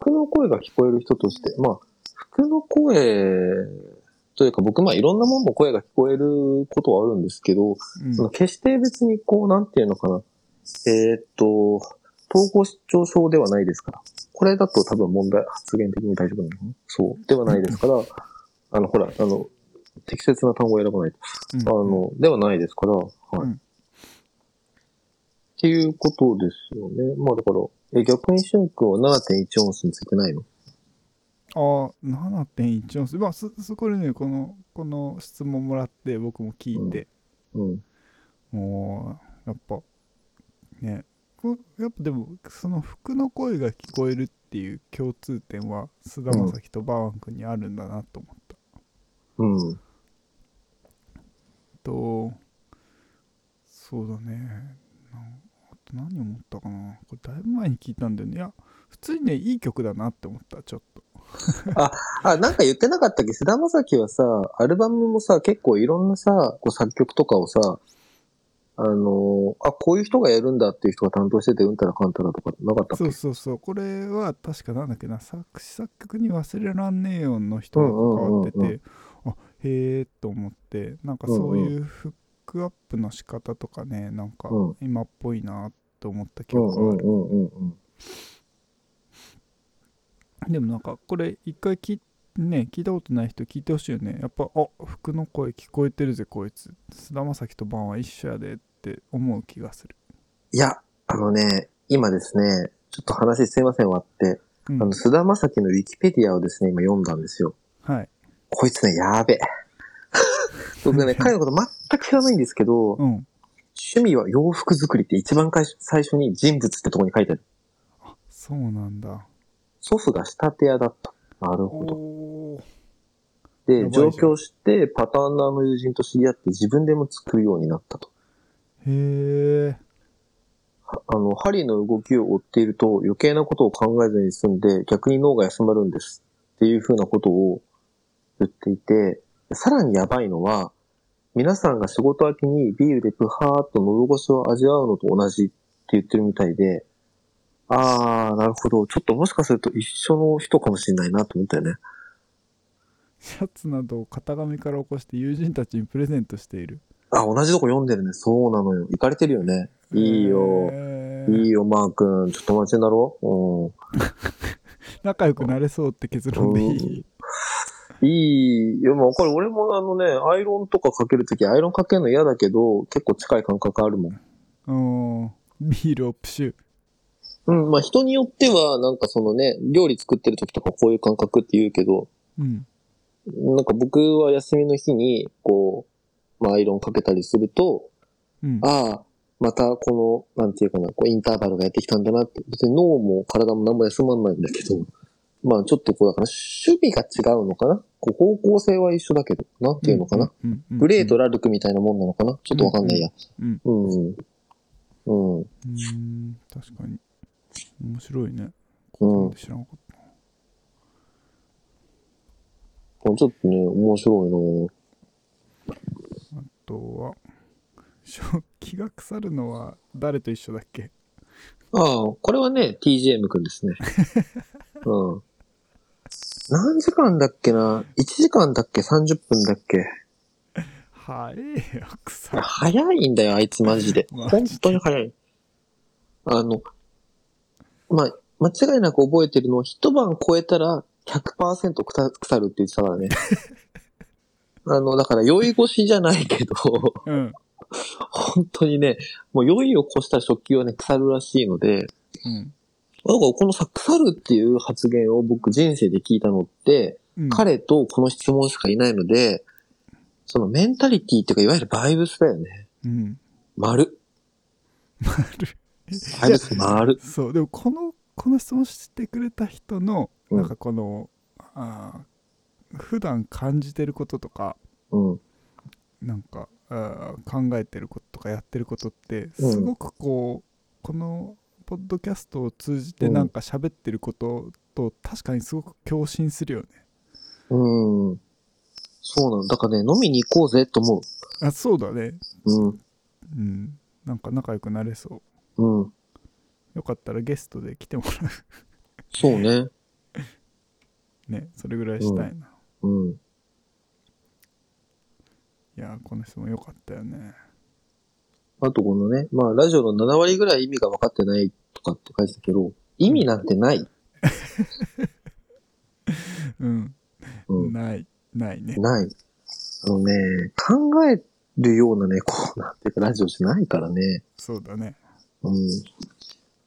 [SPEAKER 2] 服の声が聞こえる人として、まあ、服の声というか僕、まあいろんなもんも声が聞こえることはあるんですけど、その決して別にこう、なんていうのかな。えーっと、統合失調症ではないですから。これだと多分問題、発言的に大丈夫なのかなそう。ではないですから、あの、ほら、あの、適切な単語を選ばないと
[SPEAKER 1] うん。
[SPEAKER 2] あの、ではないですから、はい。
[SPEAKER 1] うん
[SPEAKER 2] っていうことですよね。まあだから、え、逆にしゅんくんは7.1オンスについてないの
[SPEAKER 1] あー7.1音数まあすすこれねこのこの質問もらって僕も聞いて、
[SPEAKER 2] うん。
[SPEAKER 1] もうやっぱねこやっぱでもその服の声が聞こえるっていう共通点は菅田将暉とバーワン君にあるんだなと思った、
[SPEAKER 2] うん。
[SPEAKER 1] とそうだねなんあと何思ったかなこれだいぶ前に聞いたんだよねいや普通にねいい曲だなって思ったちょっと
[SPEAKER 2] あ、なんか言ってなかったっけ菅田将暉はさ、アルバムもさ、結構いろんなさ、こう作曲とかをさ、あのーあ、こういう人がやるんだっていう人が担当してて、うんたらかんたらとかなかったっけ
[SPEAKER 1] そうそうそうこれは確かなんだっけな作詞作曲に「忘れらんねえよ」の人が関わってて、
[SPEAKER 2] うんうんうんう
[SPEAKER 1] あへえと思ってなんかそういううフックアップの仕方とかねなんか
[SPEAKER 2] うん
[SPEAKER 1] 今っぽいなと思った記
[SPEAKER 2] うん
[SPEAKER 1] 憶
[SPEAKER 2] う
[SPEAKER 1] があ
[SPEAKER 2] ん
[SPEAKER 1] る、
[SPEAKER 2] うんうんうん。
[SPEAKER 1] でもなんかこれ一回聞,、ね、聞いたことない人聞いてほしいよねやっぱ「あ服の声聞こえてるぜこいつ菅田将暉とバンは一緒やで」って思う気がする、
[SPEAKER 2] いや、あのね、今ですね、ちょっと話すいません終わって、
[SPEAKER 1] うん
[SPEAKER 2] あの、菅田将暉のウィキペディアをですね、今読んだんですよ。
[SPEAKER 1] はい
[SPEAKER 2] こいつね、やべえ。僕ね、彼のこと全く知らないんですけど、
[SPEAKER 1] うん
[SPEAKER 2] 趣味は洋服作りって一番かい最初に人物ってとこに書いてある。
[SPEAKER 1] そうなんだ
[SPEAKER 2] 祖父が仕立て屋だった。なるほど。
[SPEAKER 1] おーやば
[SPEAKER 2] で、
[SPEAKER 1] いじゃ
[SPEAKER 2] 上
[SPEAKER 1] ん
[SPEAKER 2] 京して、パターンナーの友人と知り合って、自分でも作るようになったと。
[SPEAKER 1] へえ
[SPEAKER 2] はあの、針の動きを追っていると、余計なことを考えずに済んで、逆に脳が休まるんです。っていうふうなことを言っていて、さらにやばいのは、皆さんが仕事明けにビールでプハーっと喉越しを味わうのと同じって言ってるみたいで、あー、なるほど。ちょっともしかすると一緒の人かもしれないなと思ったよね。
[SPEAKER 1] シャツなどを型紙から起こして友人たちにプレゼントしている
[SPEAKER 2] あ、同じとこ読んでるね。そうなのよ。行かれてるよね。いいよ。
[SPEAKER 1] へー
[SPEAKER 2] いいよ、マー君。ちょっと友達になろう。
[SPEAKER 1] 仲良くなれそうって結論でいい、
[SPEAKER 2] うん。いいよ。まあ、これ俺もあのね、アイロンとかかけるとき、アイロンかけるの嫌だけど、結構近い感覚あるもん。
[SPEAKER 1] うん、ビールをプシュ
[SPEAKER 2] うん、まあ人によっては、なんかそのね、料理作ってるときとかこういう感覚って言うけど、
[SPEAKER 1] うん
[SPEAKER 2] なんか僕は休みの日に、こう、まあアイロンかけたりすると、
[SPEAKER 1] うん
[SPEAKER 2] ああ、またこの、なんていうかな、こうインターバルがやってきたんだなって。別に脳も体も何も休まんないんだけど、まあちょっとこうだから、趣味が違うのかなこう方向性は一緒だけど、なんていうのかな、
[SPEAKER 1] うんうん
[SPEAKER 2] グレートラルクみたいなもんなのかなちょっとわかんないや。
[SPEAKER 1] うん
[SPEAKER 2] うん。うん。うん。
[SPEAKER 1] うーん確かに面白いね
[SPEAKER 2] うん
[SPEAKER 1] 知らなかっ
[SPEAKER 2] ちょっとね、面白
[SPEAKER 1] たあとは食器が腐るのは誰と一緒だっけ
[SPEAKER 2] いなああ、これはね、TGM くん ですね。うん。何時間だっけな ?1 時間だっけ ?30 分だっけ
[SPEAKER 1] はえよ腐る
[SPEAKER 2] 早いんだよ、あいつマジで。
[SPEAKER 1] マ
[SPEAKER 2] 本
[SPEAKER 1] ジで
[SPEAKER 2] 当に早い。あの、まあ、間違いなく覚えてるのは、一晩超えたら100%腐腐るって言ってたから ね。あの、だから酔い越しじゃないけど、
[SPEAKER 1] うん
[SPEAKER 2] 本当にね、もう酔いを越した食器はね、腐るらしいので、
[SPEAKER 1] うん
[SPEAKER 2] なんかこのさ、腐るっていう発言を僕人生で聞いたのって、
[SPEAKER 1] うん、
[SPEAKER 2] 彼とこの質問しかいないので、そのメンタリティっていうか、いわゆるバイブスだよね。
[SPEAKER 1] うん、
[SPEAKER 2] 丸。バイブス丸。
[SPEAKER 1] そうでもこのこの質問してくれた人の
[SPEAKER 2] うん
[SPEAKER 1] なんかこの、あー普段感じてることとか
[SPEAKER 2] うん。
[SPEAKER 1] なんかあー考えてることとかやってることって
[SPEAKER 2] うん
[SPEAKER 1] すごくこう、このポッドキャストを通じて
[SPEAKER 2] うん
[SPEAKER 1] なんか喋ってることと確かにすごく共振するよね。
[SPEAKER 2] うん。そうなの。だからね、飲みに行こうぜと思
[SPEAKER 1] あそうだね。
[SPEAKER 2] う。
[SPEAKER 1] うん。なんか仲良くなれそう。
[SPEAKER 2] うん。うん。
[SPEAKER 1] よかったらゲストで来てもら
[SPEAKER 2] そうね。
[SPEAKER 1] うね。それぐらいしたいな。
[SPEAKER 2] うん。
[SPEAKER 1] いやーこの質問よかったよね。
[SPEAKER 2] あとこのね、まあ、ラジオの7割ぐらい意味が分かってないとかって書いてたけど、意味なんてない。
[SPEAKER 1] うん。
[SPEAKER 2] うん。
[SPEAKER 1] ない。ないね。
[SPEAKER 2] ない。あのね、考えるようなね、こうなんていうか、ラジオじゃないからね。
[SPEAKER 1] そうだね。
[SPEAKER 2] うん。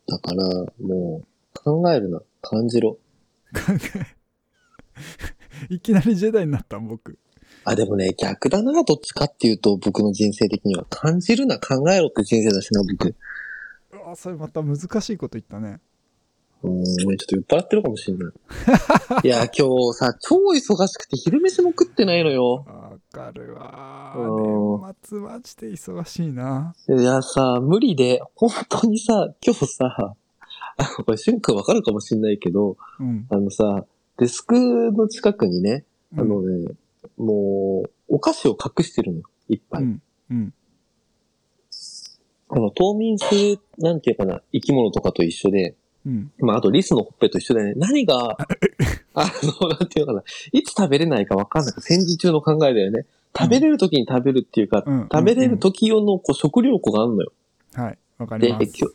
[SPEAKER 2] だから、もう、考えるな。感じろ。
[SPEAKER 1] 考え いきなりジェダイになった僕。
[SPEAKER 2] あ、でもね、逆だな、どっちかっていうと、僕の人生的には、感じるな、考えろって人生だしな、僕。
[SPEAKER 1] うわそれまた難しいこと言ったね。
[SPEAKER 2] うーん、俺ちょっと酔っ払ってるかもし れない。いや、今日さ、超忙しくて昼飯も食ってないのよ。
[SPEAKER 1] わかるわ
[SPEAKER 2] う。ん
[SPEAKER 1] 年末マジで忙しいな。
[SPEAKER 2] いやさ、無理で、本当にさ、今日さ、あの、これ、しゅんくんわかるかもしれないけど、
[SPEAKER 1] うん。
[SPEAKER 2] あのさ、デスクの近くにね、あのね、もう、お菓子を隠してるのよ、いっぱ
[SPEAKER 1] う
[SPEAKER 2] い。
[SPEAKER 1] ん。うん。
[SPEAKER 2] あの、冬眠する、なんていうかな、生き物とかと一緒で、
[SPEAKER 1] うん。
[SPEAKER 2] まあ、あとリスのほっぺと一緒でね、何 が、あの、なんていうのかな、いつ食べれないかわかんない。戦時中の考えだよね。食べれる時に食べるっていうか、
[SPEAKER 1] うん
[SPEAKER 2] 食べれる時用のこう食料庫があるのよ。
[SPEAKER 1] はい。わか
[SPEAKER 2] で、
[SPEAKER 1] り
[SPEAKER 2] 今
[SPEAKER 1] ま
[SPEAKER 2] 日
[SPEAKER 1] す。、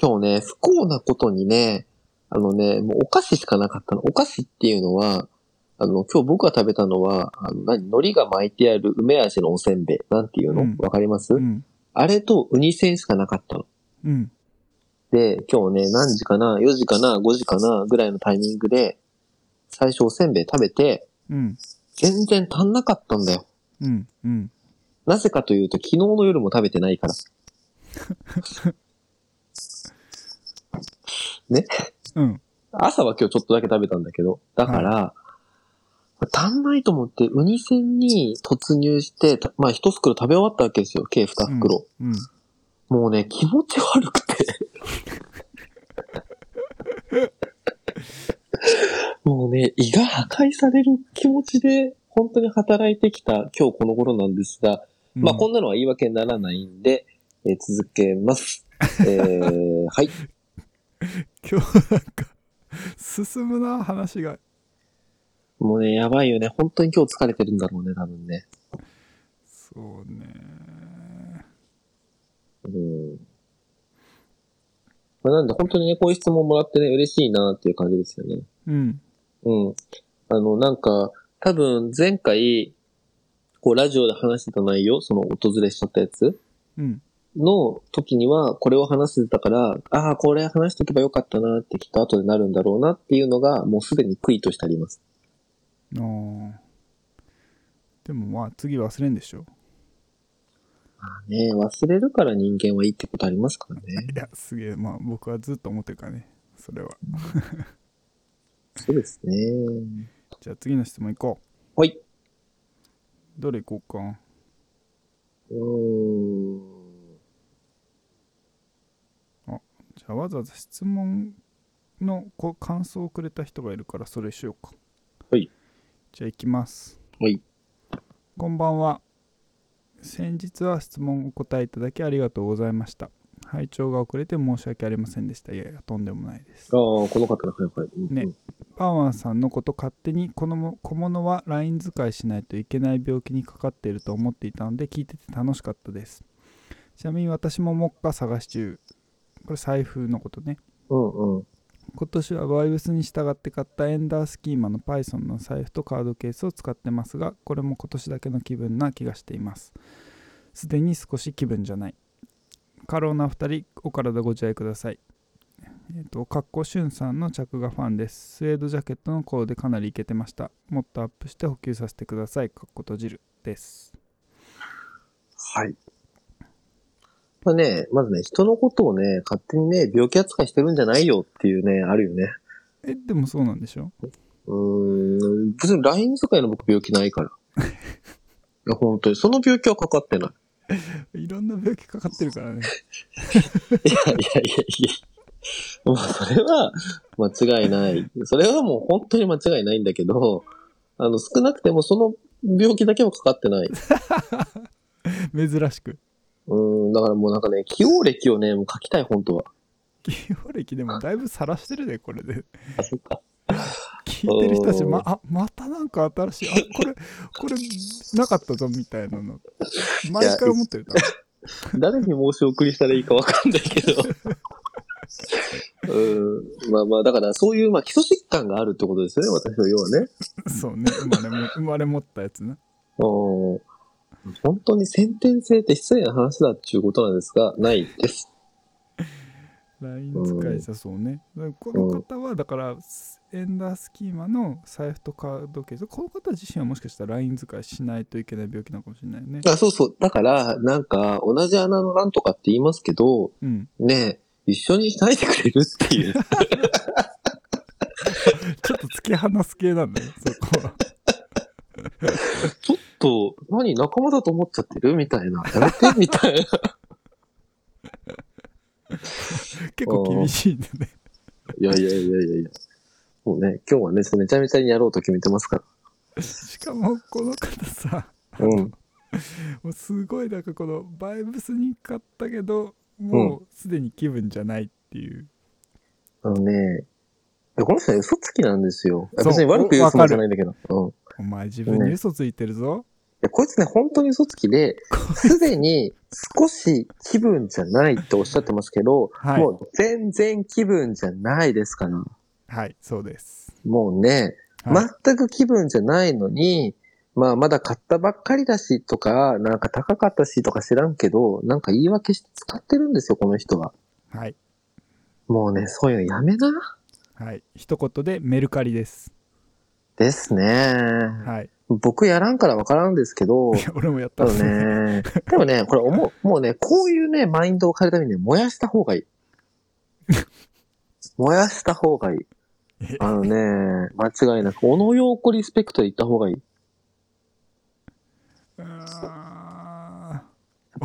[SPEAKER 2] 今日ね、不幸なことにね、あのね、もうお菓子しかなかったの。お菓子っていうのは、あの、今日僕が食べたのは、あの、何海苔が巻いてある梅味のおせんべい。なんていうのわ
[SPEAKER 1] う、ん
[SPEAKER 2] かります、
[SPEAKER 1] うん。
[SPEAKER 2] あれとウニせんしかなかったの。
[SPEAKER 1] うん。
[SPEAKER 2] で、今日ね、何時かな ?4 時かな ?5 時かなぐらいのタイミングで、最初おせんべい食べて、
[SPEAKER 1] うん。
[SPEAKER 2] 全然足んなかったんだよ。
[SPEAKER 1] うん。うん。
[SPEAKER 2] なぜかというと、昨日の夜も食べてないから。
[SPEAKER 1] うん。
[SPEAKER 2] 朝は今日ちょっとだけ食べたんだけど、だから、足んないと思って、ウニ戦に突入して、たまあ一袋食べ終わったわけですよ、計二袋。
[SPEAKER 1] うん。
[SPEAKER 2] もうね、気持ち悪くて。もうね、胃が破壊される気持ちで、本当に働いてきた今日この頃なんですが、まあこんなのは言い訳にならないんで、えー続けます。えー、はい。
[SPEAKER 1] 今日なんか進むな話が
[SPEAKER 2] もうね、やばいよね。本当に今日疲れてるんだろうね、多分ね。
[SPEAKER 1] そうね
[SPEAKER 2] うん。まあ、なんで本当にね、こういう質問もらってね、嬉しいなっていう感じですよね。
[SPEAKER 1] うん
[SPEAKER 2] うん。あの、なんか、多分前回、こうラジオで話してた内容、その訪れしちゃったやつ
[SPEAKER 1] うん
[SPEAKER 2] の時には、これを話してたから、ああ、これ話しておけばよかったなってきっと後でなるんだろうなっていうのが、もうすでに悔いとしてあります。
[SPEAKER 1] あーでもまあ次忘れんでしょ
[SPEAKER 2] ねえ忘れるから人間はいいってことありますからね。
[SPEAKER 1] いやすげえまあ僕はずっと思ってるからねそれは
[SPEAKER 2] そうですね。
[SPEAKER 1] じゃあ次の質問いこう
[SPEAKER 2] はい。
[SPEAKER 1] どれいこうか
[SPEAKER 2] うーん。
[SPEAKER 1] じゃあわざわざ質問のこう感想をくれた人がいるからそれしようか
[SPEAKER 2] はい
[SPEAKER 1] じゃあいきます
[SPEAKER 2] はい。
[SPEAKER 1] こんばんは。先日は質問お答えいただきありがとうございました。拝聴が遅れて申し訳ありませんでした。いやいや、とんでもないです
[SPEAKER 2] ああ、。この方だ、はいはい。うん
[SPEAKER 1] ねパーマンさんのこと勝手にこのも小物はライン使いしないといけない病気にかかっていると思っていたので聞いてて楽しかったです。ちなみに私も目下探し中。これ財布のことね。
[SPEAKER 2] うんうん。
[SPEAKER 1] 今年はバイブスに従って買ったエンダースキーマの Python の財布とカードケースを使ってますがこれも今年だけの気分な気がしていますすでに少し気分じゃない過労な2人お体ご自愛くださいえっ、とかっこしゅんさんの着がファンですスウェードジャケットのコーデかなりいけてましたもっとアップして補給させてくださいかっこ閉じるです
[SPEAKER 2] はい。まあね、まずね、人のことをね、勝手にね、病気扱いしてるんじゃないよっていうね、あるよね。
[SPEAKER 1] えでもそうなんでしょ
[SPEAKER 2] うーん、別に LINE 使いの僕病気ないから。いや、 本当に。その病気はかかってない。
[SPEAKER 1] いろんな病気かかってる からね
[SPEAKER 2] いやいやいやいや。もうそれは間違いない。それはもう本当に間違いないんだけど、あの、少なくてもその病気だけはかかってない。
[SPEAKER 1] 珍しく
[SPEAKER 2] うん、だからもうなんかね、起用歴をね、もう書きたい、本当は。
[SPEAKER 1] 起用歴でもだいぶ晒してるでこれで
[SPEAKER 2] あ、そっか。
[SPEAKER 1] 聞いてる人たち、ま、あまたなんか新しい、あこれ、これなかったぞみたいなの、毎回思ってる多分
[SPEAKER 2] 誰に申し送りしたらいいかわかんないけど。うん、まあまあ、だからそういう、まあ、基礎疾患があるってことですよね、私の要はね。
[SPEAKER 1] そうね、生まれも生まれ持ったやつね。
[SPEAKER 2] うん本当に先天性って失礼な話だっていうことなんですが、ないです。
[SPEAKER 1] LINE 使いさそうね。だからこの方は、だから、エンダースキーマの財布とカードケース、この方自身はもしかしたら LINE 使いしないといけない病気なのかもしれないよね。
[SPEAKER 2] あそうそう。だから、なんか、同じ穴のなんとかって言いますけど、
[SPEAKER 1] うん。
[SPEAKER 2] ねえ、一緒にしないでくれるっていう。
[SPEAKER 1] ちょっと突き放す系なんだよ、そこ は。
[SPEAKER 2] ちょっと、何、仲間だと思っちゃってるみたいな。やめてみたいな。
[SPEAKER 1] 結構厳しいんでね。
[SPEAKER 2] いやいやいやいやいや。もうね、今日はね、そうめちゃめちゃにやろうと決めてますか
[SPEAKER 1] しかも、この方さ、
[SPEAKER 2] ら。うん。
[SPEAKER 1] もうすごいなんかこのバイブスに買ったけどもうすでに気分じゃないっていう、
[SPEAKER 2] あのね、いやこの人は嘘つきなんですよ。いや
[SPEAKER 1] そう
[SPEAKER 2] 別に悪く言うつもりじゃないんだけど。うん。い
[SPEAKER 1] お前自分に嘘ついてるぞ、
[SPEAKER 2] や、こいつね、本当に嘘つきで、すでに少し気分じゃないっておっしゃってますけど、
[SPEAKER 1] はい
[SPEAKER 2] もう全然気分じゃないですから。
[SPEAKER 1] はいそうです、
[SPEAKER 2] もうね、
[SPEAKER 1] はい
[SPEAKER 2] 全く気分じゃないのに、まあまだ買ったばっかりだしとか、なんか高かったしとか知らんけど、なんか言い訳して使ってるんですよ、この人は。
[SPEAKER 1] はい
[SPEAKER 2] もうね、そういうのやめな。
[SPEAKER 1] はい一言でメルカリです
[SPEAKER 2] ですね。
[SPEAKER 1] はい
[SPEAKER 2] 僕やらんからわからんですけど、
[SPEAKER 1] いや 俺もやった
[SPEAKER 2] た
[SPEAKER 1] んで
[SPEAKER 2] だ
[SPEAKER 1] す
[SPEAKER 2] ね、 でもね、これ思う、もうね、こういうね、マインド を変えるためにね、燃やした方がいい。燃やした方がいい。あのね、間違いなく、小野洋子リスペクトで行った方がいい。や
[SPEAKER 1] うーん
[SPEAKER 2] っ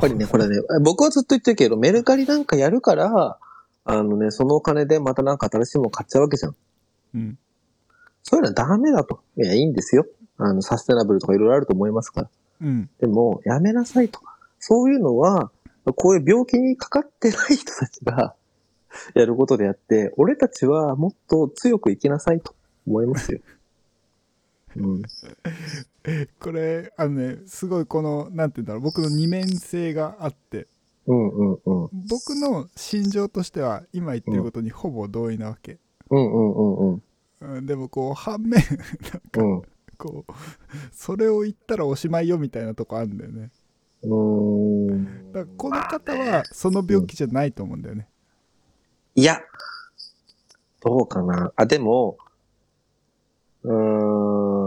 [SPEAKER 2] ぱりね、これね、僕はずっと言ってるけど、メルカリなんかやるから、あのね、そのお金でまたなんか新しいもの買っちゃうわけじゃん。
[SPEAKER 1] うん
[SPEAKER 2] そういうのはダメだと。いや、いいんですよ。あの、サステナブルとかいろいろあると思いますから。
[SPEAKER 1] うん
[SPEAKER 2] でも、やめなさいと。そういうのは、こういう病気にかかってない人たちが やることであって、俺たちはもっと強く生きなさいと思いますよ。うん。
[SPEAKER 1] これあのねすごいこのなんて言うんだろう僕の二面性があって
[SPEAKER 2] うんうんうん。
[SPEAKER 1] 僕の心情としては今言ってることにほぼ同意なわけ、
[SPEAKER 2] うんうんうんうん。
[SPEAKER 1] うん、でもこう反面
[SPEAKER 2] うん。
[SPEAKER 1] こうそれを言ったらおしまいよみたいなとこあるんだよね
[SPEAKER 2] うーん
[SPEAKER 1] だからこの方はその病気じゃないと思うんだよね
[SPEAKER 2] いや、どうかな。あ、でも、うーん。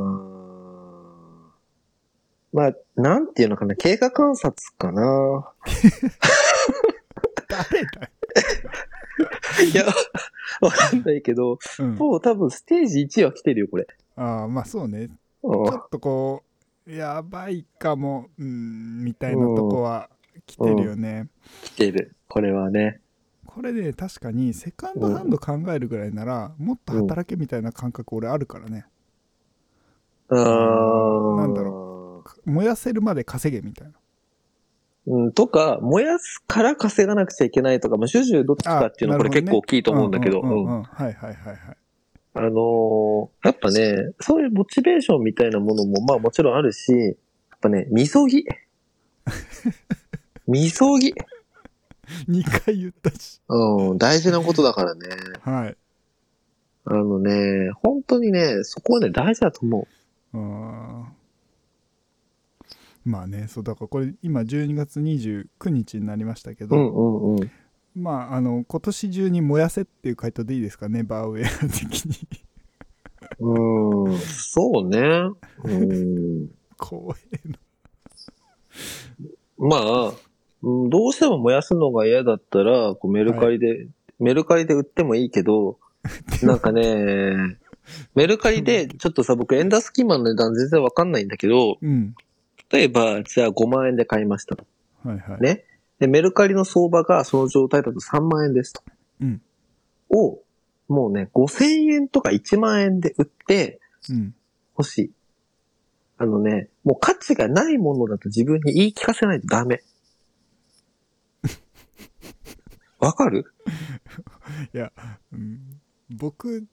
[SPEAKER 2] まあ、なんていうのかな。経過観察かな。
[SPEAKER 1] 誰だ
[SPEAKER 2] いや、わかんないけど、
[SPEAKER 1] よ、うん、
[SPEAKER 2] もう多分ステージ1は来てるよ、これ。
[SPEAKER 1] ああまあそうね
[SPEAKER 2] うん
[SPEAKER 1] ちょっとこうやばいかも、うん、みたいなとこは来てるよね、
[SPEAKER 2] 来てる。これはね。
[SPEAKER 1] これね確かにセカンドハンド考えるぐらいならもっと働けみたいな感覚俺あるからね
[SPEAKER 2] うーん。
[SPEAKER 1] なんだ燃やせるまで稼げみたいな
[SPEAKER 2] うん、とか、燃やすから稼がなくちゃいけないとか、まあ、主従どっちかっていうの
[SPEAKER 1] あ
[SPEAKER 2] はこれ
[SPEAKER 1] なるほど
[SPEAKER 2] 結
[SPEAKER 1] ね
[SPEAKER 2] 構大きいと思うんだけど、
[SPEAKER 1] うんうんうん
[SPEAKER 2] うん
[SPEAKER 1] うんはいはいはいはい
[SPEAKER 2] あのーやっぱね、そういうモチベーションみたいなものも、まあもちろんあるし、やっぱね、みそ ぎ。みそぎ。
[SPEAKER 1] 2回言ったし
[SPEAKER 2] うん、大事なことだからね。
[SPEAKER 1] はい
[SPEAKER 2] あのね、本当にね、そこはね、大事だと思
[SPEAKER 1] うーんまあねそうだからこれ今12月29日になりましたけ
[SPEAKER 2] う。
[SPEAKER 1] ど、
[SPEAKER 2] うんうんうん。
[SPEAKER 1] まああの今年中に燃やせっていう回答でいいですかねバーウェア的に
[SPEAKER 2] うーん、そうね。うん。
[SPEAKER 1] 怖えな
[SPEAKER 2] まあ、うんどうしても燃やすのが嫌だったら、こうメルカリで、メルカリで売ってもいいけど、なんかね、メルカリで、ちょっとさ、僕エンダースキーマの値段全然わかんないんだけど、
[SPEAKER 1] うん
[SPEAKER 2] 例えば、じゃあ5万円で買いましたと。
[SPEAKER 1] はいはい、
[SPEAKER 2] ね。で、メルカリの相場がその状態だと3万円ですと。
[SPEAKER 1] うん
[SPEAKER 2] を、もうね、5000円とか1万円で売って
[SPEAKER 1] うん
[SPEAKER 2] ほしい。あのね、もう価値がないものだと自分に言い聞かせないとダメ。わかる
[SPEAKER 1] うん、僕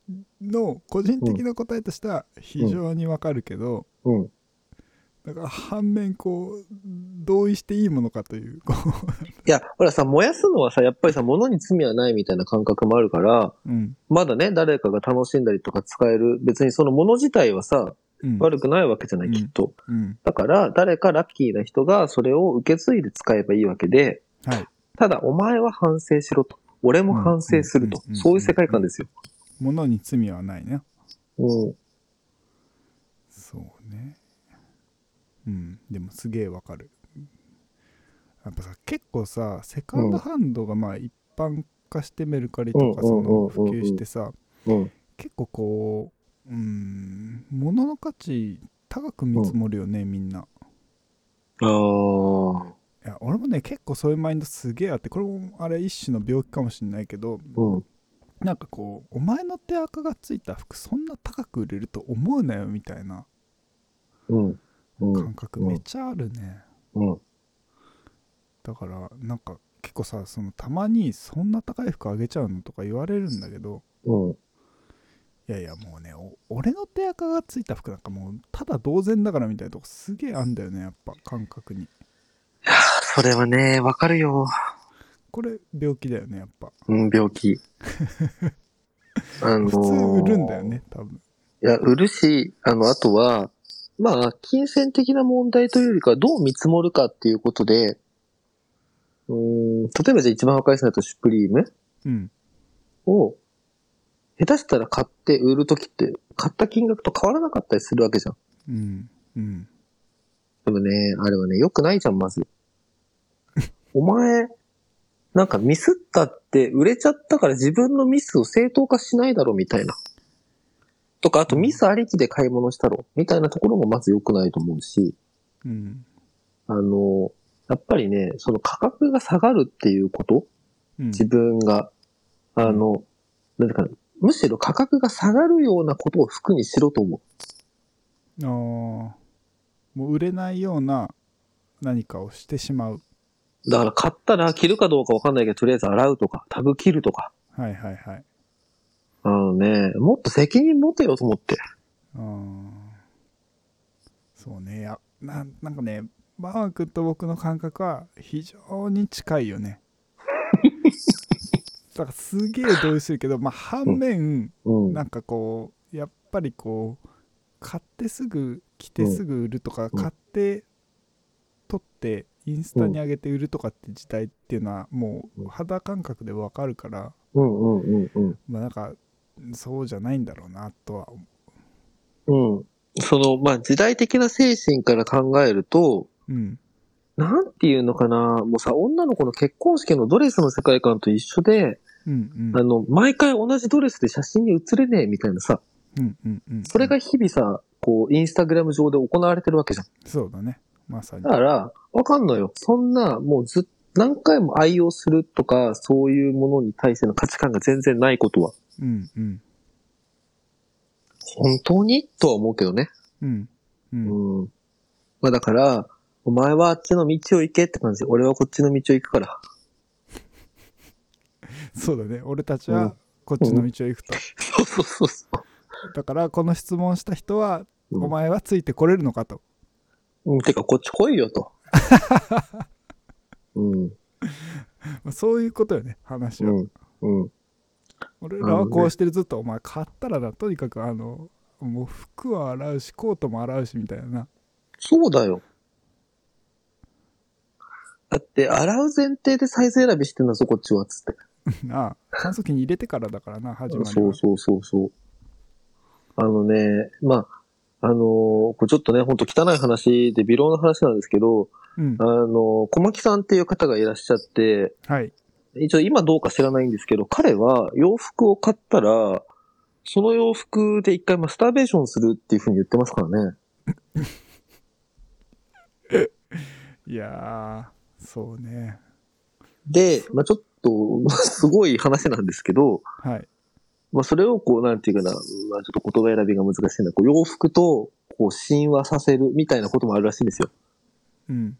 [SPEAKER 1] の個人的な答えとしては非常にわかるけど、
[SPEAKER 2] うん。
[SPEAKER 1] だから反面こう同意していいものかというこ
[SPEAKER 2] いや、ほらさ、燃やすのはさ、やっぱりさ、物に罪はないみたいな感覚もあるから、
[SPEAKER 1] う、うん
[SPEAKER 2] まだね、誰かが楽しんだりとか使える。別にその物自体はさ、
[SPEAKER 1] うん
[SPEAKER 2] 悪くないわけじゃない、
[SPEAKER 1] うん
[SPEAKER 2] きっと。
[SPEAKER 1] うん
[SPEAKER 2] だから、誰かラッキーな人がそれを受け継いで使えばいいわけで、
[SPEAKER 1] はい、
[SPEAKER 2] ただ、お前は反省しろと。俺も反省すると
[SPEAKER 1] うんうんうんう。ん
[SPEAKER 2] そういう世界観ですよ。
[SPEAKER 1] 物に罪はないね
[SPEAKER 2] うん。
[SPEAKER 1] そうねうんでもすげえわかるやっぱさ結構さセカンドハンドがまあ一般化してメルカリとか
[SPEAKER 2] うん
[SPEAKER 1] そ
[SPEAKER 2] うんうんうんう
[SPEAKER 1] の
[SPEAKER 2] ん
[SPEAKER 1] 普及してさ
[SPEAKER 2] うん。
[SPEAKER 1] 結構こううん物の価値高く見積もるよね、みんな
[SPEAKER 2] ああ。
[SPEAKER 1] いや俺もね結構そういうマインドすげえあってこれもあれ一種の病気かもしんないけど
[SPEAKER 2] うん。
[SPEAKER 1] なんかこうお前の手垢がついた服そんな高く売れると思うなよみたいな
[SPEAKER 2] うん。うん
[SPEAKER 1] 感。覚めっちゃあるね、
[SPEAKER 2] うん。
[SPEAKER 1] だからなんか結構さそのたまに「そんな高い服あげちゃうの?」とか言われるんだけど
[SPEAKER 2] うん。
[SPEAKER 1] いやいやもうねお俺の手垢がついた服なんかもうただ同然だからみたいなとこすげえあんだよねやっぱ感覚に
[SPEAKER 2] それはね、わかるよ。
[SPEAKER 1] これ病気だよねやっぱ
[SPEAKER 2] うん、病気。あの
[SPEAKER 1] 普
[SPEAKER 2] ー
[SPEAKER 1] 通売るんだよね多分
[SPEAKER 2] いや、売るし、あの、あとは、まあ、金銭的な問題というよりかは、どう見積もるかっていうことで、うーん、例えばじゃあ一番わかりやすいのだと、シュプリーム
[SPEAKER 1] うん
[SPEAKER 2] を、下手したら買って売るときって、買った金額と変わらなかったりするわけじゃん。
[SPEAKER 1] うんうん
[SPEAKER 2] でもね、あれはね、良くないじゃん、まず。 お前、なんかミスったって、売れちゃったから自分のミスを正当化しないだろ、みたいな。とか、あとミスありきで買い物したろ、みたいなところもまず良くないと思うし、
[SPEAKER 1] うん。
[SPEAKER 2] あの、やっぱりね、その価格が下がるっていうこと、
[SPEAKER 1] うん。
[SPEAKER 2] 自分が、あの、なんていうかな、むしろ価格が下がるようなことを服にしろと思う。
[SPEAKER 1] ああ。もう売れないような何かをしてしまう。
[SPEAKER 2] だから買ったら着るかどうかわかんないけど、とりあえず洗うとか、タブ切るとか。
[SPEAKER 1] はいはいはい。
[SPEAKER 2] あのね、もっと責任持てよと思って。
[SPEAKER 1] あーそうね。やななんかね、バーマン君と僕の感覚は非常に近いよ ね。だからすげえ同意するけど、まあ反面、
[SPEAKER 2] うん。
[SPEAKER 1] なんかこうやっぱりこう買ってすぐ着てすぐ売るとか、
[SPEAKER 2] ん
[SPEAKER 1] 買って取ってインスタに上げて売るとかって時代っていうのはもう肌感覚でわかるから、
[SPEAKER 2] うんうんうんうん。
[SPEAKER 1] まあ、なんかそうじゃないんだろうなとは思
[SPEAKER 2] うん。その、まあ、時代的な精神から考えると、
[SPEAKER 1] う。うん、
[SPEAKER 2] なんていうのかな、もうさ、女の子の結婚式のドレスの世界観と一緒で、
[SPEAKER 1] うんうん
[SPEAKER 2] あの、毎回同じドレスで写真に写れねえみたいなさ、
[SPEAKER 1] うんうんうん
[SPEAKER 2] それが日々さ、こう、インスタグラム上で行われてるわけじゃん。
[SPEAKER 1] そうだねまさに
[SPEAKER 2] だから、わかんのよ。そんな、もうずっ何回も愛用するとか、そういうものに対しての価値観が全然ないことは、
[SPEAKER 1] うんうん
[SPEAKER 2] 本当にとは思うけどね。
[SPEAKER 1] うんうん
[SPEAKER 2] うん。まあだから、お前はあっちの道を行けって感じ。俺はこっちの道を行くから。
[SPEAKER 1] そうだね俺たち
[SPEAKER 2] うん
[SPEAKER 1] はこっちの道を行くと、
[SPEAKER 2] そうそうそうそう。
[SPEAKER 1] だからこの質問した人は、
[SPEAKER 2] うん
[SPEAKER 1] お前はついてこれるのかと
[SPEAKER 2] うん、てか、こっち来いよ と。うん、
[SPEAKER 1] まあそういうことよね話
[SPEAKER 2] う
[SPEAKER 1] は、
[SPEAKER 2] ん、うん。
[SPEAKER 1] 俺らはこうしてるずっとお前買ったらなとにかくあのもう服は洗うしコートも洗うしみたいな
[SPEAKER 2] そうだよ。だって、洗う前提でサイズ選びしてんだぞ、こっちは、つって。
[SPEAKER 1] なあ乾燥機に入れてからだからな始まりは
[SPEAKER 2] そうそうそうそう。あのね、まあ、あのーこれちょっとね、ほんと汚い話で微量の話なんですけど、
[SPEAKER 1] うん
[SPEAKER 2] あのー小牧さんっていう方がいらっしゃって、
[SPEAKER 1] はい
[SPEAKER 2] 一応今どうか知らないんですけど、彼は洋服を買ったら、その洋服で一回マスターベーションするっていうふうに言ってますからね。
[SPEAKER 1] いやーそうね
[SPEAKER 2] で、まあちょっと、 まあすごい話なんですけど、
[SPEAKER 1] はい
[SPEAKER 2] まあそれをこう、なんていうかな、まあちょっと言葉選びが難しいな、こう洋服とこう親和させるみたいなこともあるらしいんですよ。
[SPEAKER 1] うん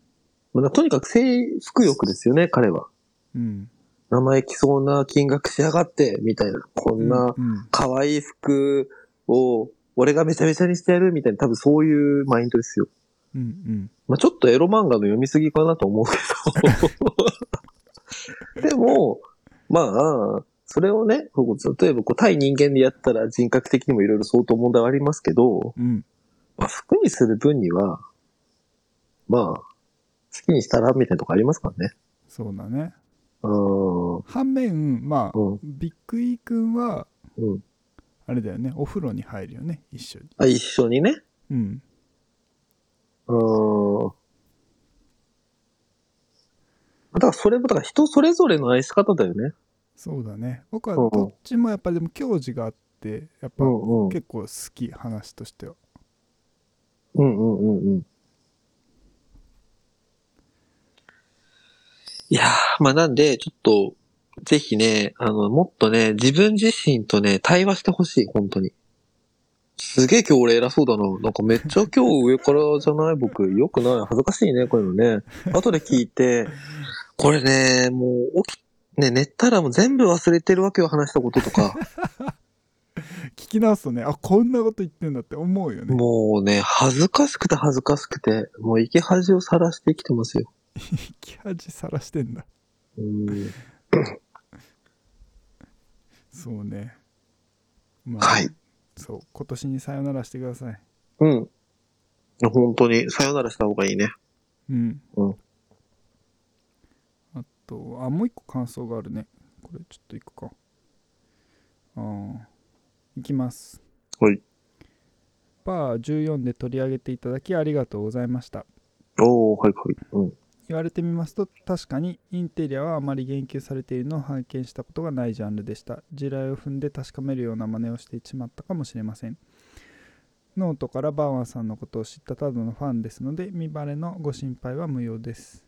[SPEAKER 2] まあだからとにかく制服欲ですよね、彼は。
[SPEAKER 1] うん
[SPEAKER 2] 生意気そうな金額しやがって、みたいな。こんな
[SPEAKER 1] うん
[SPEAKER 2] 可愛い服を俺がめちゃめちゃにしてやるみたいな、多分そういうマインドですよ。
[SPEAKER 1] うんうん
[SPEAKER 2] まあ、ちょっとエロ漫画の読みすぎかなと思うけど。でも、まあ、それをね、こう例えばこう対人間でやったら人格的にもいろいろ相当問題はありますけど、
[SPEAKER 1] うん
[SPEAKER 2] まあ、服にする分には、まあ、好きにしたらみたいなとこありますからね。
[SPEAKER 1] そうだね
[SPEAKER 2] うーん。
[SPEAKER 1] 反面まあ
[SPEAKER 2] うん。
[SPEAKER 1] ビッグイー君は
[SPEAKER 2] うん。
[SPEAKER 1] あれだよねお風呂に入るよね一緒に
[SPEAKER 2] あ、一緒にね。
[SPEAKER 1] うん
[SPEAKER 2] うーん。だからそれも、だから人それぞれの愛し方だよね。
[SPEAKER 1] そうだね僕は
[SPEAKER 2] うんうん
[SPEAKER 1] どっちもやっぱでも矜持があってやっぱ
[SPEAKER 2] んうん。
[SPEAKER 1] 結構好き話としては
[SPEAKER 2] うんうんうんうん。いやー、まあなんで、ちょっと、ぜひね、あの、もっとね、自分自身とね、対話してほしい、本当に。すげえ今日俺偉そうだな。なんかめっちゃ今日上からじゃない僕。よくない。恥ずかしいね、こういうのね。後で聞いて、これね、もう起き、ね、寝たらもう全部忘れてるわけよ、話したこととか。
[SPEAKER 1] 聞き直すとねあこんなこと言ってんだって思うよね
[SPEAKER 2] もうね、恥ずかしくて恥ずかしくて、もう生き恥をさらして生きてますよ。
[SPEAKER 1] 生き恥さらしてんだ
[SPEAKER 2] うん
[SPEAKER 1] そうねまあ、
[SPEAKER 2] はい。
[SPEAKER 1] そう今年にさよならしてください
[SPEAKER 2] うん。本当に、さよならした方がいいね。
[SPEAKER 1] うん、
[SPEAKER 2] うん
[SPEAKER 1] あとあもう一個感想があるねこれちょっといくかあーいきます
[SPEAKER 2] はい
[SPEAKER 1] バー14で取り上げていただきありがとうございました
[SPEAKER 2] おー、はいはい。うん。
[SPEAKER 1] 言われてみますと確かにインテリアはあまり言及されているのを拝見したことがないジャンルでした地雷を踏んで確かめるような真似をしてしまったかもしれませんノートからバーワンさんのことを知ったただのファンですので見バレのご心配は無用です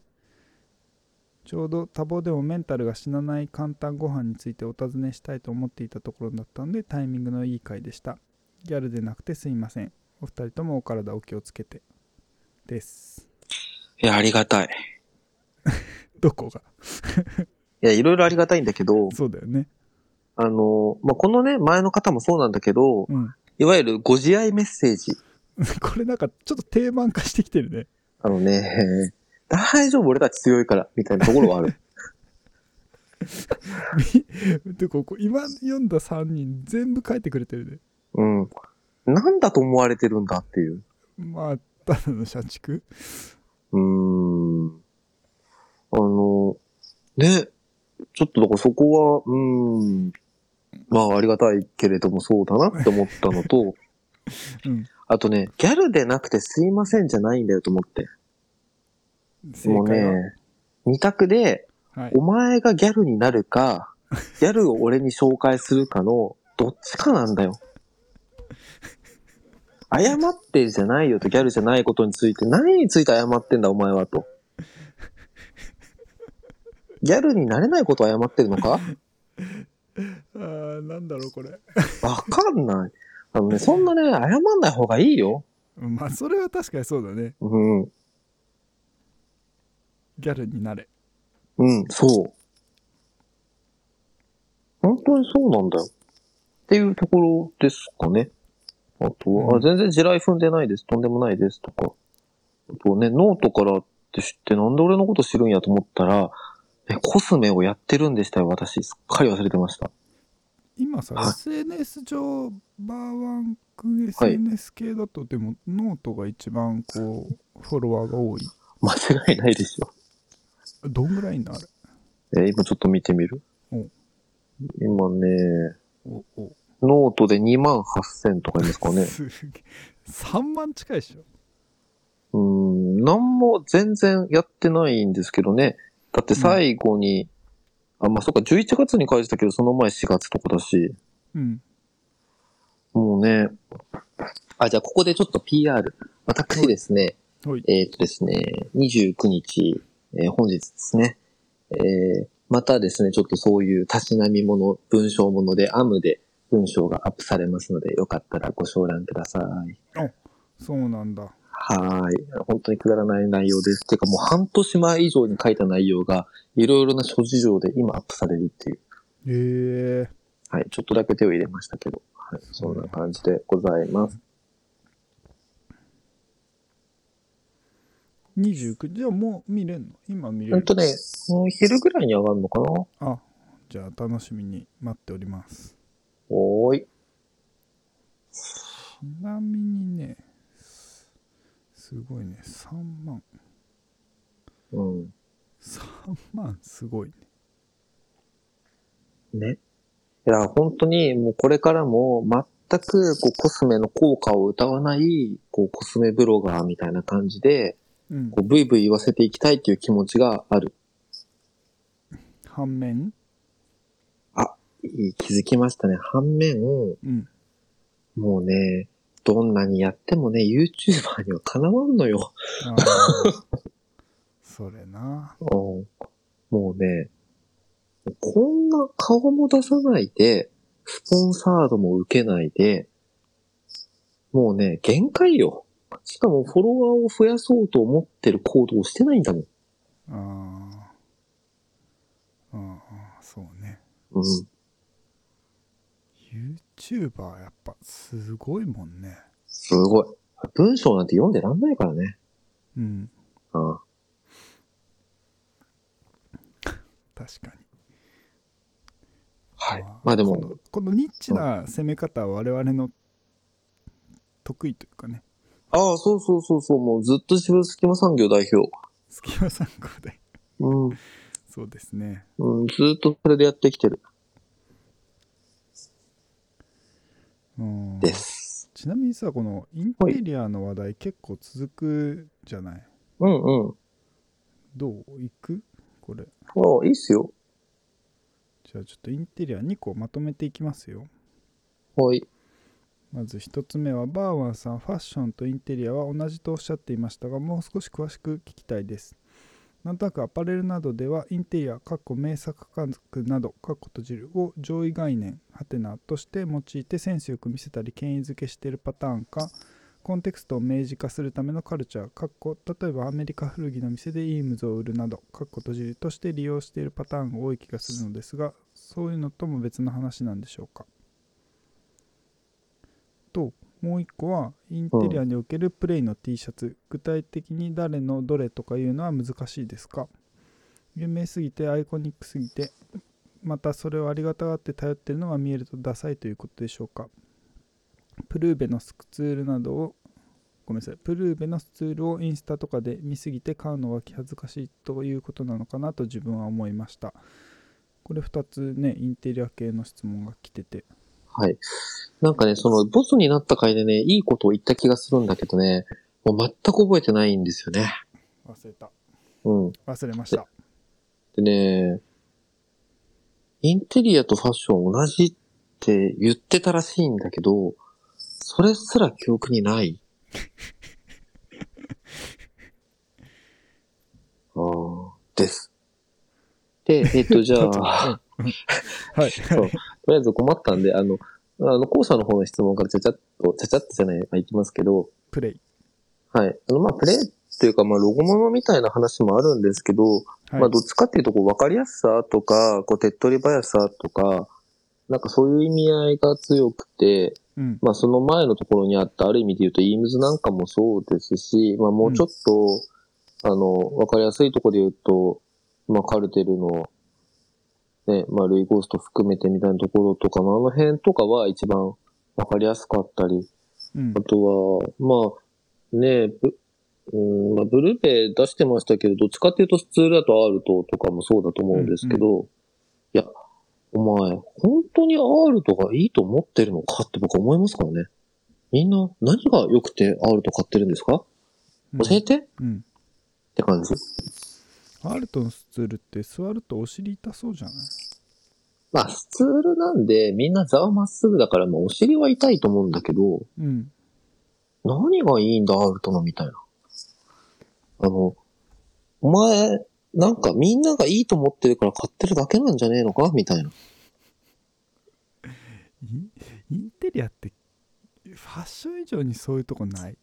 [SPEAKER 1] ちょうど多忙でもメンタルが死なない簡単ご飯についてお尋ねしたいと思っていたところだったのでタイミングのいい回でしたギャルでなくてすいませんお二人ともお体お気をつけてです
[SPEAKER 2] いや、ありがたい。
[SPEAKER 1] どこが
[SPEAKER 2] いや、いろいろありがたいんだけど、
[SPEAKER 1] そうだよね
[SPEAKER 2] あの、まあ、このね、前の方もそうなんだけど、
[SPEAKER 1] うん
[SPEAKER 2] いわゆるご自愛メッセージ。
[SPEAKER 1] これなんかちょっと定番化してきてるね
[SPEAKER 2] あのね、 大丈夫、俺たち強いから、みたいなところはある。
[SPEAKER 1] でここ今読んだ3人全部書いてくれてるね
[SPEAKER 2] うん。なんだと思われてるんだっていう。
[SPEAKER 1] まあただの社畜
[SPEAKER 2] うーん。あの、ね、ちょっとだからそこは、うーん。まあ、ありがたいけれども、そうだなって思ったのと、
[SPEAKER 1] うん
[SPEAKER 2] あとね、ギャルでなくてすいませんじゃないんだよと思って。
[SPEAKER 1] 正
[SPEAKER 2] もう
[SPEAKER 1] 解は、
[SPEAKER 2] ね、二択で、
[SPEAKER 1] はい
[SPEAKER 2] お前がギャルになる か、ギャルを俺に紹介するかの、どっちかなんだよ。謝ってじゃないよと、ギャルじゃないことについて、何について謝ってんだお前はと。ギャルになれないことを謝ってるの
[SPEAKER 1] あ
[SPEAKER 2] か
[SPEAKER 1] ーなんだろうこれ
[SPEAKER 2] わかんない。あのね、そんなね、謝んない方がいいよ。
[SPEAKER 1] まあそれは確かにそうだね
[SPEAKER 2] うん。
[SPEAKER 1] ギャルになれ
[SPEAKER 2] うん、そう。本当にそうなんだよ。っていうところですかね。あと
[SPEAKER 1] う
[SPEAKER 2] は、
[SPEAKER 1] ん
[SPEAKER 2] あ全然地雷踏んでないです。とんでもないです。とか。あとね、ノートからって知って、なんで俺のこと知るんやと思ったら、ねコスメをやってるんでしたよ、私。すっかり忘れてました。
[SPEAKER 1] 今さ
[SPEAKER 2] はい
[SPEAKER 1] SNS 上バーワン君
[SPEAKER 2] はい
[SPEAKER 1] SNS 系だとでもノートが一番こうフォロワーが多い
[SPEAKER 2] 間違いないでしょ。
[SPEAKER 1] どんぐらいいんだあれ
[SPEAKER 2] えー今ちょっと見てみる
[SPEAKER 1] うん。
[SPEAKER 2] 今ね、
[SPEAKER 1] おお
[SPEAKER 2] ノートで2万8000とかいますかね。
[SPEAKER 1] すげえ3万近いでしょ
[SPEAKER 2] うーん、なんも全然やってないんですけどね。だって最後に、あ、まあ、そっか、11月に返したけど、その前4月とかだし、
[SPEAKER 1] うん
[SPEAKER 2] もうね。あ、じゃあここでちょっと PR。私ですね、
[SPEAKER 1] はい
[SPEAKER 2] えーっとですね、29日、えー本日ですね。えーまたですね、ちょっとそういうたしなみもの、文章もので、アムで文章がアップされますので、よかったらご賞覧ください。
[SPEAKER 1] そうなんだ
[SPEAKER 2] はーい。本当にくだらない内容です。てかもう半年前以上に書いた内容が、いろいろな諸事情で今アップされるっていう。
[SPEAKER 1] へえ
[SPEAKER 2] はい。ちょっとだけ手を入れましたけど。はい。そんな感じでございます。
[SPEAKER 1] 29じゃあもう見れんの今見れ
[SPEAKER 2] ほん
[SPEAKER 1] る
[SPEAKER 2] とね、もう昼ぐらいに上がるのかな
[SPEAKER 1] あじゃあ楽しみに待っております
[SPEAKER 2] おーい。
[SPEAKER 1] ちなみにねすすごいね3万
[SPEAKER 2] うん。
[SPEAKER 1] 3万すごいね
[SPEAKER 2] ね。いや、本当にもうこれからも全くこうコスメの効果を歌わない、こうコスメブロガーみたいな感じで、
[SPEAKER 1] うん
[SPEAKER 2] こうブイブイ言わせていきたいっていう気持ちがある。
[SPEAKER 1] 反面
[SPEAKER 2] いい気づきましたね。反面、
[SPEAKER 1] うん
[SPEAKER 2] もうね、どんなにやってもね、YouTuber にはかなわんのよ。
[SPEAKER 1] あー それな
[SPEAKER 2] うん、もうね、こんな顔も出さないで、スポンサードも受けないで、もうね、限界よ。しかもフォロワーを増やそうと思ってる行動をしてないんだもん。
[SPEAKER 1] あーあーそうね
[SPEAKER 2] うん。
[SPEAKER 1] YouTuber やっぱすごいもんね
[SPEAKER 2] すごい。文章なんて読んでらんないからね。
[SPEAKER 1] うん
[SPEAKER 2] うん。
[SPEAKER 1] 確かに
[SPEAKER 2] はい
[SPEAKER 1] あー。
[SPEAKER 2] まあで
[SPEAKER 1] この
[SPEAKER 2] も、
[SPEAKER 1] このニッチな攻め方は我々の得意というかね
[SPEAKER 2] ああ、そうそうそうそう、もうずっと渋隙間産業代表。
[SPEAKER 1] 隙間参考で
[SPEAKER 2] うん。
[SPEAKER 1] そうですね
[SPEAKER 2] うん、ずーっとそれでやってきてる。
[SPEAKER 1] うん
[SPEAKER 2] です。
[SPEAKER 1] ちなみにさこのインテリアの話題結構続くじゃない
[SPEAKER 2] うんうん。
[SPEAKER 1] どういくこれ
[SPEAKER 2] ああ、いいっすよ。
[SPEAKER 1] じゃあちょっとインテリア2個まとめていきますよ
[SPEAKER 2] はい。
[SPEAKER 1] まず1つ目はバーワンさんファッションとインテリアは同じとおっしゃっていましたがもう少し詳しく聞きたいですなんとなくアパレルなどではインテリアかっこ名作家具などかっこ閉じるを上位概念ハテナとして用いてセンスよく見せたり権威づけしているパターンかコンテクストを明示化するためのカルチャーかっこ例えばアメリカ古着の店でイームズを売るなどかっこ閉じるとして利用しているパターンが多い気がするのですがそういうのとも別の話なんでしょうかともう一個はインテリアにおけるプレイの T シャツ、具体的に誰のどれとかいうのは難しいですか有名すぎてアイコニックすぎてまたそれをありがたがって頼ってるのが見えるとダサいということでしょうかプルーベのスツールなどをごめんなさいプルーベのスツールをインスタとかで見すぎて買うのが気恥ずかしいということなのかなと自分は思いましたこれ2つねインテリア系の質問が来てて
[SPEAKER 2] はい。なんかね、その、ボツになった回でね、いいことを言った気がするんだけどね、もう全く覚えてないんですよね。
[SPEAKER 1] 忘れた
[SPEAKER 2] うん。
[SPEAKER 1] 忘れました
[SPEAKER 2] でね、インテリアとファッション同じって言ってたらしいんだけど、それすら記憶にない。ああ、です。で、えっと、じゃ
[SPEAKER 1] ちょっと
[SPEAKER 2] あ、
[SPEAKER 1] はい
[SPEAKER 2] そう。とりあえず困ったんで、あの、あの、後者の方の質問からちゃちゃっと、ちゃちゃっとじゃない、まあ、いきますけど、
[SPEAKER 1] プレイ
[SPEAKER 2] はい。あの、まあ、プレイっていうか、まあ、ロゴものみたいな話もあるんですけど、
[SPEAKER 1] はい、
[SPEAKER 2] まあ、どっちかっていうと、こう、わかりやすさとか、こう、手っ取り早さとか、なんかそういう意味合いが強くて、
[SPEAKER 1] うん
[SPEAKER 2] まあ、その前のところにあった、ある意味で言うと、イームズなんかもそうですし、まあ、もうちょっと、あの、わかりやすいところで言うと、まあ、カルテルの、ね、まあ、ルイ・ゴースト含めてみたいなところとか、まあ、あの辺とかは一番わかりやすかったり、
[SPEAKER 1] うん
[SPEAKER 2] あとは、まあ、ねえ、ブうんまあ、ブルーベ出してましたけど、どっちかっていうと、普通だとアールトとかもそうだと思うんですけど、いや、お前、本当にアールトがいいと思ってるのかって僕思いますからね。みんな、何が良くてアールト買ってるんですか
[SPEAKER 1] うん
[SPEAKER 2] 教えて、っ
[SPEAKER 1] うん
[SPEAKER 2] て感じ。
[SPEAKER 1] アルトンスツールって座るとお尻痛そうじゃない
[SPEAKER 2] まあ、スツールなんで、みんなざわまっすぐだから、まあ、お尻は痛いと思うんだけど、
[SPEAKER 1] うん
[SPEAKER 2] 何がいいんだ、アルトの、みたいな。あの、お前、なんかみんながいいと思ってるから買ってるだけなんじゃねえのかみたいな。
[SPEAKER 1] インインテリアってファッション以上にそういうとこない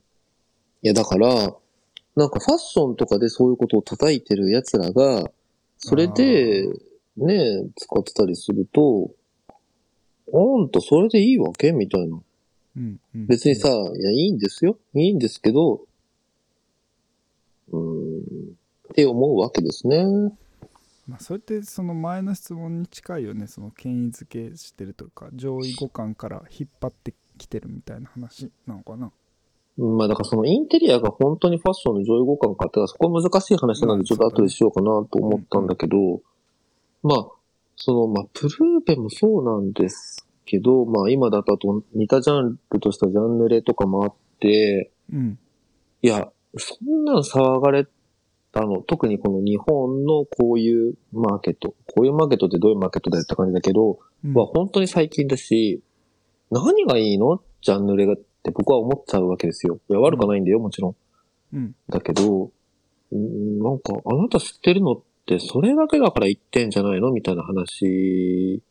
[SPEAKER 2] いや、だから、なんかファッションとかでそういうことを叩いてる奴らが、それで、ね、使ってたりすると、あんたそれでいいわけみたいな。
[SPEAKER 1] うん、うん、
[SPEAKER 2] 別にさ、いや、いいんですよ。いいんですけど、うーん、って思うわけですね。
[SPEAKER 1] まあ、それってその前の質問に近いよねその権威づけしてるというか上位互換から引っ張ってきてるみたいな話なのかな
[SPEAKER 2] うんまあだからそのインテリアが本当にファッションの上位互換かっていうのはそこは難しい話なんでちょっと後でしようかなと思ったんだけど、まあ、その、まあプルーペもそうなんですけど、まあ今だとあと似たジャンルとしたジャンルレとかもあって、
[SPEAKER 1] うん
[SPEAKER 2] いや、そんなん騒がれたの、特にこの日本のこういうマーケット、こういうマーケットってどういうマーケットだよって感じだけど、
[SPEAKER 1] うん
[SPEAKER 2] は本当に最近だし、何がいいのジャンルレがって僕は思っちゃうわけですよ。いや、悪くはないんだよ、もちろん。
[SPEAKER 1] うん
[SPEAKER 2] だけど、うんなんか、あなた知ってるのって、それだけだから言ってんじゃないのみたいな話、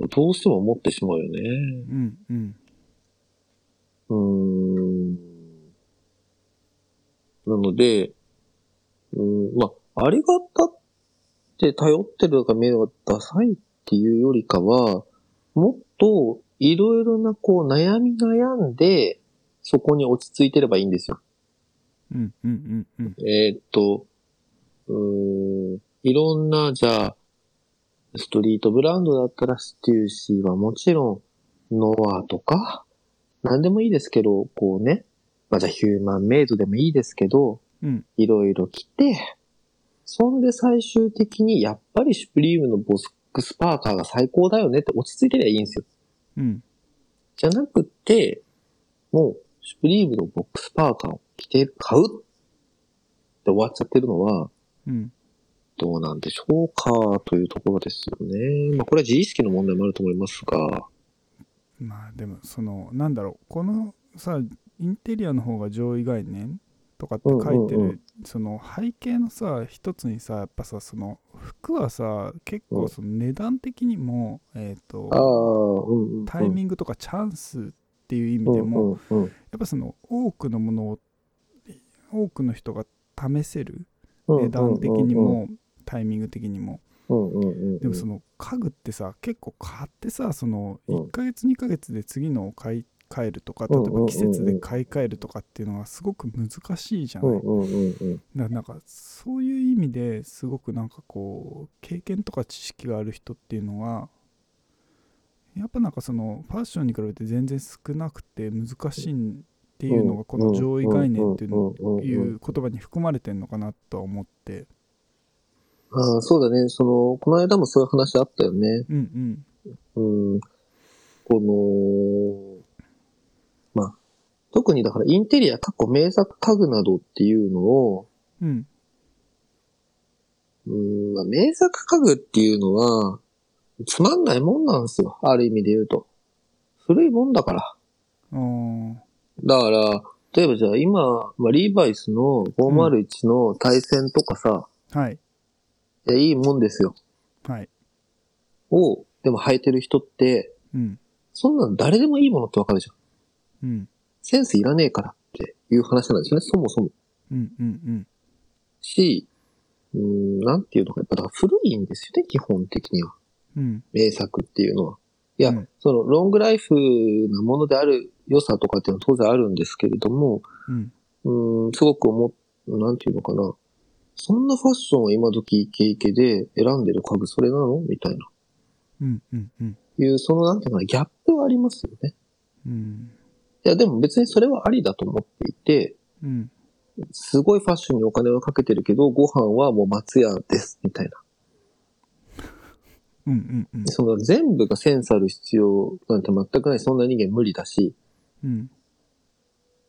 [SPEAKER 2] どうしても思ってしまうよね。
[SPEAKER 1] うんうん
[SPEAKER 2] うーん。なので、うん、まあ、ありがたって頼ってるのが見えるのがダサいっていうよりかは、もっといろいろなこう悩み悩んで、そこに落ち着いてればいいんですよ。
[SPEAKER 1] うんうんうんうん
[SPEAKER 2] えーっと、うーん、いろんな、じゃあ、ストリートブランドだったらステューシーはもちろん、ノアとか、なんでもいいですけど、こうね、まあ、じゃあヒューマンメイドでもいいですけど、
[SPEAKER 1] うん
[SPEAKER 2] いろいろ着て、そんで最終的にやっぱりシュプリームのボックスパーカーが最高だよねって落ち着いてりゃいいんですよ。
[SPEAKER 1] うん
[SPEAKER 2] じゃなくて、もう、シュプリームのボックスパーカーを着て買うって終わっちゃってるのは、
[SPEAKER 1] うん
[SPEAKER 2] どうなんでしょうかというところですよね。まあ、これは自意識の問題もあると思いますが、
[SPEAKER 1] まあでもそのなんだろうこのさインテリアの方が上位概念とかって書いてる、
[SPEAKER 2] うんうんうん
[SPEAKER 1] その背景のさ一つにさやっぱさその服はさ結構その値段的にも、えっ、と
[SPEAKER 2] ああ、うんうんうん。
[SPEAKER 1] タイミングとかチャンスっていう意味でも、や
[SPEAKER 2] うんうん
[SPEAKER 1] っぱその多くのものを多くの人が試せる
[SPEAKER 2] うん、
[SPEAKER 1] 値段的にもタイミング的にも
[SPEAKER 2] うんうんうんうん、
[SPEAKER 1] でもその家具ってさ結構買ってさその
[SPEAKER 2] うん
[SPEAKER 1] 1ヶ月2ヶ月で次のを買い替えるとか
[SPEAKER 2] う
[SPEAKER 1] 例
[SPEAKER 2] ん
[SPEAKER 1] え
[SPEAKER 2] うんうんうん
[SPEAKER 1] ば季節で買い替えるとかっていうのはすごく難しいじゃ
[SPEAKER 2] う
[SPEAKER 1] ない
[SPEAKER 2] んうんうんうん
[SPEAKER 1] だなんかそういう意味ですごくなんかこう経験とか知識がある人っていうのはやっぱなんかそのファッションに比べて全然少なくて難しいっていうのがこの上位概念っていうのいう言葉に含まれてるのかなとは思って
[SPEAKER 2] ああ、そうだね。その、この間もそういう話あったよね。
[SPEAKER 1] うんうん
[SPEAKER 2] うん。この、まあ、特にだからインテリア、過去名作家具などっていうのを、
[SPEAKER 1] うん
[SPEAKER 2] うん、まあ、名作家具っていうのは、つまんないもんなんですよ。ある意味で言うと。古いもんだから。
[SPEAKER 1] あー
[SPEAKER 2] だから、例えばじゃあ今、まあ、リーバイスの501の対戦とかさ、
[SPEAKER 1] はい
[SPEAKER 2] いやいいもんですよ。
[SPEAKER 1] はい
[SPEAKER 2] を、でも履いてる人って、
[SPEAKER 1] うん
[SPEAKER 2] そんなの誰でもいいものってわかるじゃん。
[SPEAKER 1] うん
[SPEAKER 2] センスいらねえからっていう話なんですよね、そもそも。
[SPEAKER 1] うんうん
[SPEAKER 2] し、うーん、なんていうのか、やっぱだから古いんですよね、基本的には。
[SPEAKER 1] うんうん
[SPEAKER 2] 名作っていうのは。いや、
[SPEAKER 1] うん
[SPEAKER 2] その、ロングライフなものである良さとかっていうのは当然あるんですけれども、
[SPEAKER 1] うん
[SPEAKER 2] うーん、すごく思っ、なんていうのかな。そんなファッションを今時イケイケで選んでる家具それなのみたいな。
[SPEAKER 1] うんうんうん
[SPEAKER 2] いう、その、なんていうのかな、ギャップはありますよね。
[SPEAKER 1] うん
[SPEAKER 2] いや、でも別にそれはありだと思っていて、
[SPEAKER 1] うん
[SPEAKER 2] すごいファッションにお金をかけてるけど、ご飯はもう松屋です、みたいな。
[SPEAKER 1] うんうんうん
[SPEAKER 2] その全部がセンスある必要なんて全くない。そんな人間無理だし。
[SPEAKER 1] うん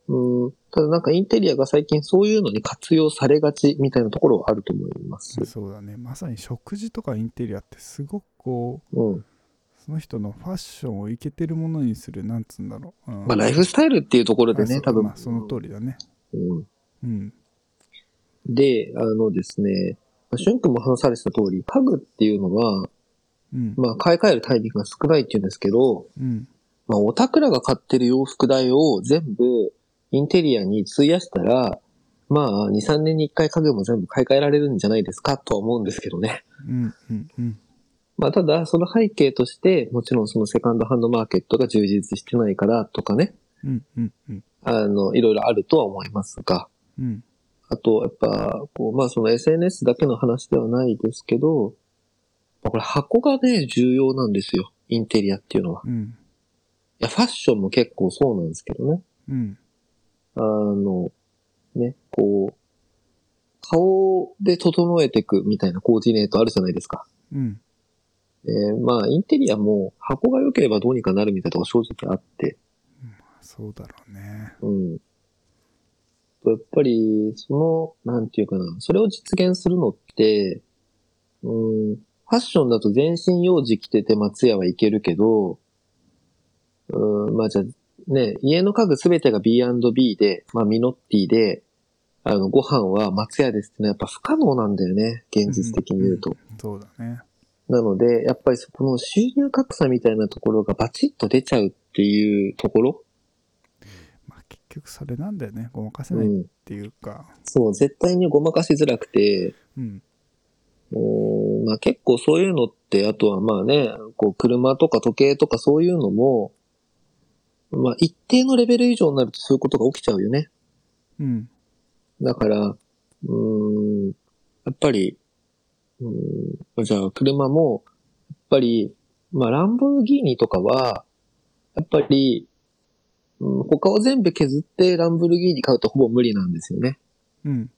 [SPEAKER 2] うん。ただなんかインテリアが最近そういうのに活用されがちみたいなところはあると思います。
[SPEAKER 1] そうだねまさに食事とかインテリアってすごくこう
[SPEAKER 2] うん。
[SPEAKER 1] その人のファッションをイケてるものにするなんつうんだろう、うん
[SPEAKER 2] まあライフスタイルっていうところで
[SPEAKER 1] あそ
[SPEAKER 2] ね、
[SPEAKER 1] う
[SPEAKER 2] 多分。
[SPEAKER 1] まあその通りだね
[SPEAKER 2] うん。
[SPEAKER 1] うん
[SPEAKER 2] で、あのですね、まあ俊君も話されてた通り、家具っていうのは、
[SPEAKER 1] うん
[SPEAKER 2] まあ買い替えるタイミングが少ないっていうんですけど、
[SPEAKER 1] うん
[SPEAKER 2] まあ、オタクらが買ってる洋服代を全部インテリアに費やしたら、まあ、2、3年に1回家具も全部買い替えられるんじゃないですかとは思うんですけどね。
[SPEAKER 1] うんうんうん
[SPEAKER 2] まあ、ただ、その背景として、もちろんそのセカンドハンドマーケットが充実してないからとかね、
[SPEAKER 1] うんうんうん
[SPEAKER 2] あの、いろいろあるとは思いますが、
[SPEAKER 1] うん
[SPEAKER 2] あと、やっぱ、こう、まあ、その SNS だけの話ではないですけど、まあこれ箱がね、重要なんですよ。インテリアっていうのは。
[SPEAKER 1] うん
[SPEAKER 2] いや、ファッションも結構そうなんですけどね。
[SPEAKER 1] うん
[SPEAKER 2] あの、ね、こう、顔で整えていくみたいなコーディネートあるじゃないですか。
[SPEAKER 1] うん
[SPEAKER 2] えーまあ、インテリアも箱が良ければどうにかなるみたいなとこ正直あって、
[SPEAKER 1] そうだろうね
[SPEAKER 2] うん。やっぱり、その、なんていうかな、それを実現するのって、うん、ファッションだと全身用事着てて松屋はいけるけど、うん、まあじゃあ、ね、家の家具すべてが B&B で、まあミノッティで、あの、ご飯は松屋ですってのはやっぱ不可能なんだよね、現実的に言うと。
[SPEAKER 1] そうだね
[SPEAKER 2] なので、やっぱりそこの収入格差みたいなところがバチッと出ちゃうっていうところ、
[SPEAKER 1] まあ結局それなんだよねごまかせ
[SPEAKER 2] う
[SPEAKER 1] ないっ
[SPEAKER 2] ん、
[SPEAKER 1] ていうか
[SPEAKER 2] そう、絶対にごまかしづらくて、
[SPEAKER 1] うん
[SPEAKER 2] うーんまあ、結構そういうのって、あとはまあね、こう車とか時計とかそういうのも、まあ一定のレベル以上になるとそういうことが起きちゃうよね。
[SPEAKER 1] うん
[SPEAKER 2] だから、うーん、やっぱり、うーんまあじゃあ車も、やっぱり、まあランボルギーニとかは、やっぱり、うん、他を全部削ってランボルギーニ買うとほぼ無理なんですよね。
[SPEAKER 1] うん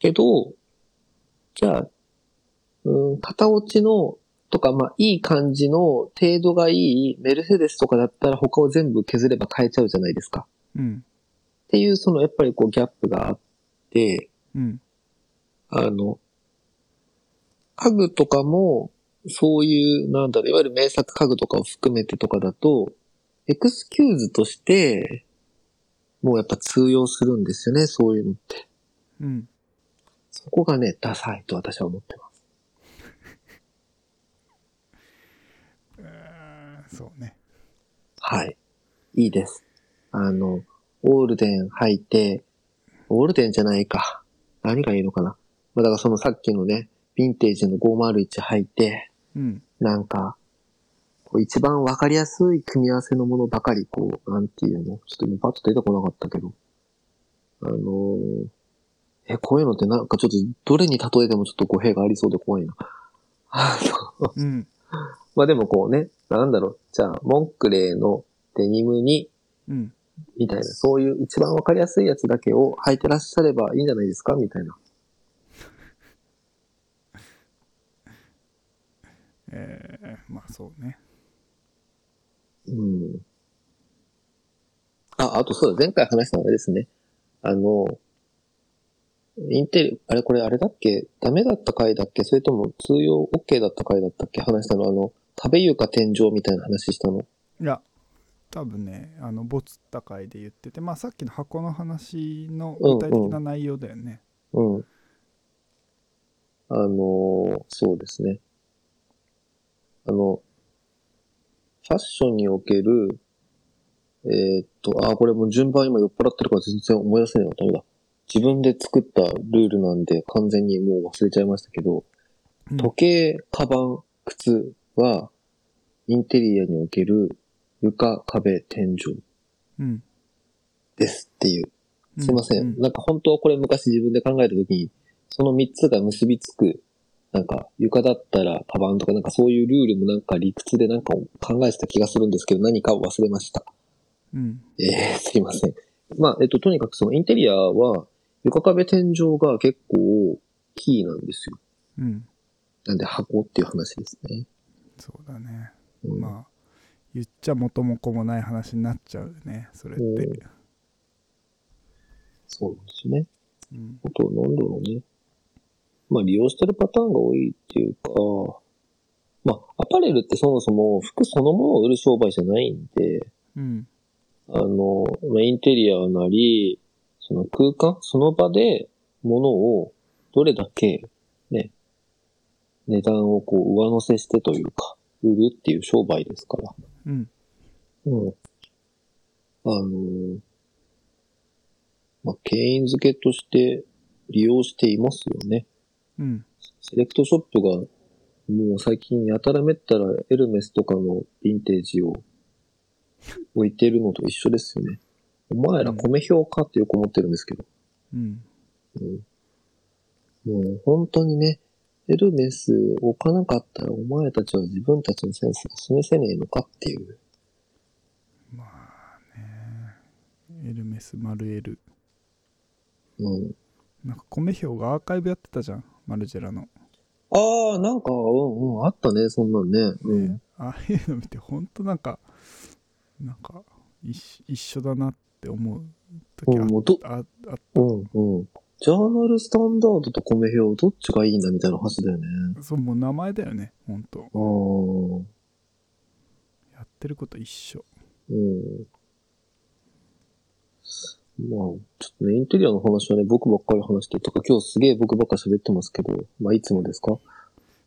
[SPEAKER 2] けど、じゃあ、うん、片落ちの、とか、まあ、いい感じの、程度がいい、メルセデスとかだったら他を全部削れば変えちゃうじゃないですか。
[SPEAKER 1] うん
[SPEAKER 2] っていう、その、やっぱりこう、ギャップがあって、
[SPEAKER 1] うん
[SPEAKER 2] あの、家具とかも、そういう、なんだろう、いわゆる名作家具とかを含めてとかだと、エクスキューズとして、もうやっぱ通用するんですよね、そういうのって。
[SPEAKER 1] うん。
[SPEAKER 2] そこがね、ダサいと私は思ってます。
[SPEAKER 1] そうね。
[SPEAKER 2] はい。いいです。あの、オールデン履いて、オールデンじゃないか。何がいいのかな。まあだからそのさっきのね、ヴィンテージの501履いて、
[SPEAKER 1] うん。
[SPEAKER 2] なんか、こう一番わかりやすい組み合わせのものばかり、こう、なんていうのちょっと今パッと出てこなかったけど。あのーえ、こういうのってなんかちょっと、どれに例えてもちょっと語弊がありそうで怖いな。あの
[SPEAKER 1] うん。
[SPEAKER 2] まあでもこうね、なんだろう、じゃあ、モンクレーのデニムに、
[SPEAKER 1] うん。
[SPEAKER 2] みたいな、そういう一番わかりやすいやつだけを履いてらっしゃればいいんじゃないですかみたいな。
[SPEAKER 1] えー、まあそうね。
[SPEAKER 2] うん。あ、あとそうだ、前回話したのあれですね。あの、インテリ、あれこれあれだっけダメだった回だっけそれとも通用 OK だった回だったっけ話したのあの、食べ床天井みたいな話したの。
[SPEAKER 1] いや、多分ね、あの、ボツ高いで言ってて、まあさっきの箱の話の具体的な内容だよね。
[SPEAKER 2] うん。あのーそうですね。あの、ファッションにおける、えーっと、あー、これもう順番今酔っ払ってるから全然思い出せないわ、ダメだ。自分で作ったルールなんで完全にもう忘れちゃいましたけど、
[SPEAKER 1] うん
[SPEAKER 2] 時計、カバン、靴は、インテリアにおける床、壁、天井
[SPEAKER 1] うん。
[SPEAKER 2] ですっていう。すいません。
[SPEAKER 1] うん。
[SPEAKER 2] なんか本当はこれ昔自分で考えたときに、その3つが結びつく、なんか床だったらカバンとかなんかそういうルールもなんか理屈でなんか考えてた気がするんですけど、何かを忘れました。
[SPEAKER 1] うん。
[SPEAKER 2] えー、すいません。まあ、えっと、とにかくそのインテリアは床壁天井が結構キーなんですよ。
[SPEAKER 1] うん。
[SPEAKER 2] なんで箱っていう話ですね。
[SPEAKER 1] そうだね。
[SPEAKER 2] うん
[SPEAKER 1] まあ、言っちゃ元も子もない話になっちゃうね、それって。
[SPEAKER 2] そうなんですね。
[SPEAKER 1] うん。
[SPEAKER 2] あと、なんだろうね。まあ、利用してるパターンが多いっていうか、まあ、アパレルってそもそも服そのものを売る商売じゃないんで、
[SPEAKER 1] うん。
[SPEAKER 2] あの、まあ、インテリアなり、その空間、その場で物をどれだけ、ね、値段をこう上乗せしてというか、売るっていう商売ですから。
[SPEAKER 1] うん。
[SPEAKER 2] うん。あのーまあ、経員付けとして利用していますよね。
[SPEAKER 1] うん。
[SPEAKER 2] セレクトショップが、もう最近やたらめったらエルメスとかのヴィンテージを置いてるのと一緒ですよね。お前ら米評かってよく思ってるんですけど。
[SPEAKER 1] うん。
[SPEAKER 2] もう本当にね、エルメス置かなかったらお前たちは自分たちのセンスが示せねえのかっていう。
[SPEAKER 1] まあね。エルメス、マルエル。
[SPEAKER 2] うん。
[SPEAKER 1] なんか米表がアーカイブやってたじゃん、マルジェラの。
[SPEAKER 2] ああ、なんか、うんうん、あったね、そんなんね。うん。
[SPEAKER 1] ああいうの見て、ほんとなんか、なんか、一一緒だなって思う時
[SPEAKER 2] もうもうど、
[SPEAKER 1] あああ
[SPEAKER 2] うんうん。ジャーナルスタンダードと米表、どっちがいいんだみたいな話だよね。
[SPEAKER 1] そう、もう名前だよね、ほんと。
[SPEAKER 2] ああ。
[SPEAKER 1] やってること一緒。
[SPEAKER 2] うん。まあ、ちょっとね、インテリアの話はね、僕ばっかり話してるとか、今日すげえ僕ばっかり喋ってますけど、まあ、いつもですか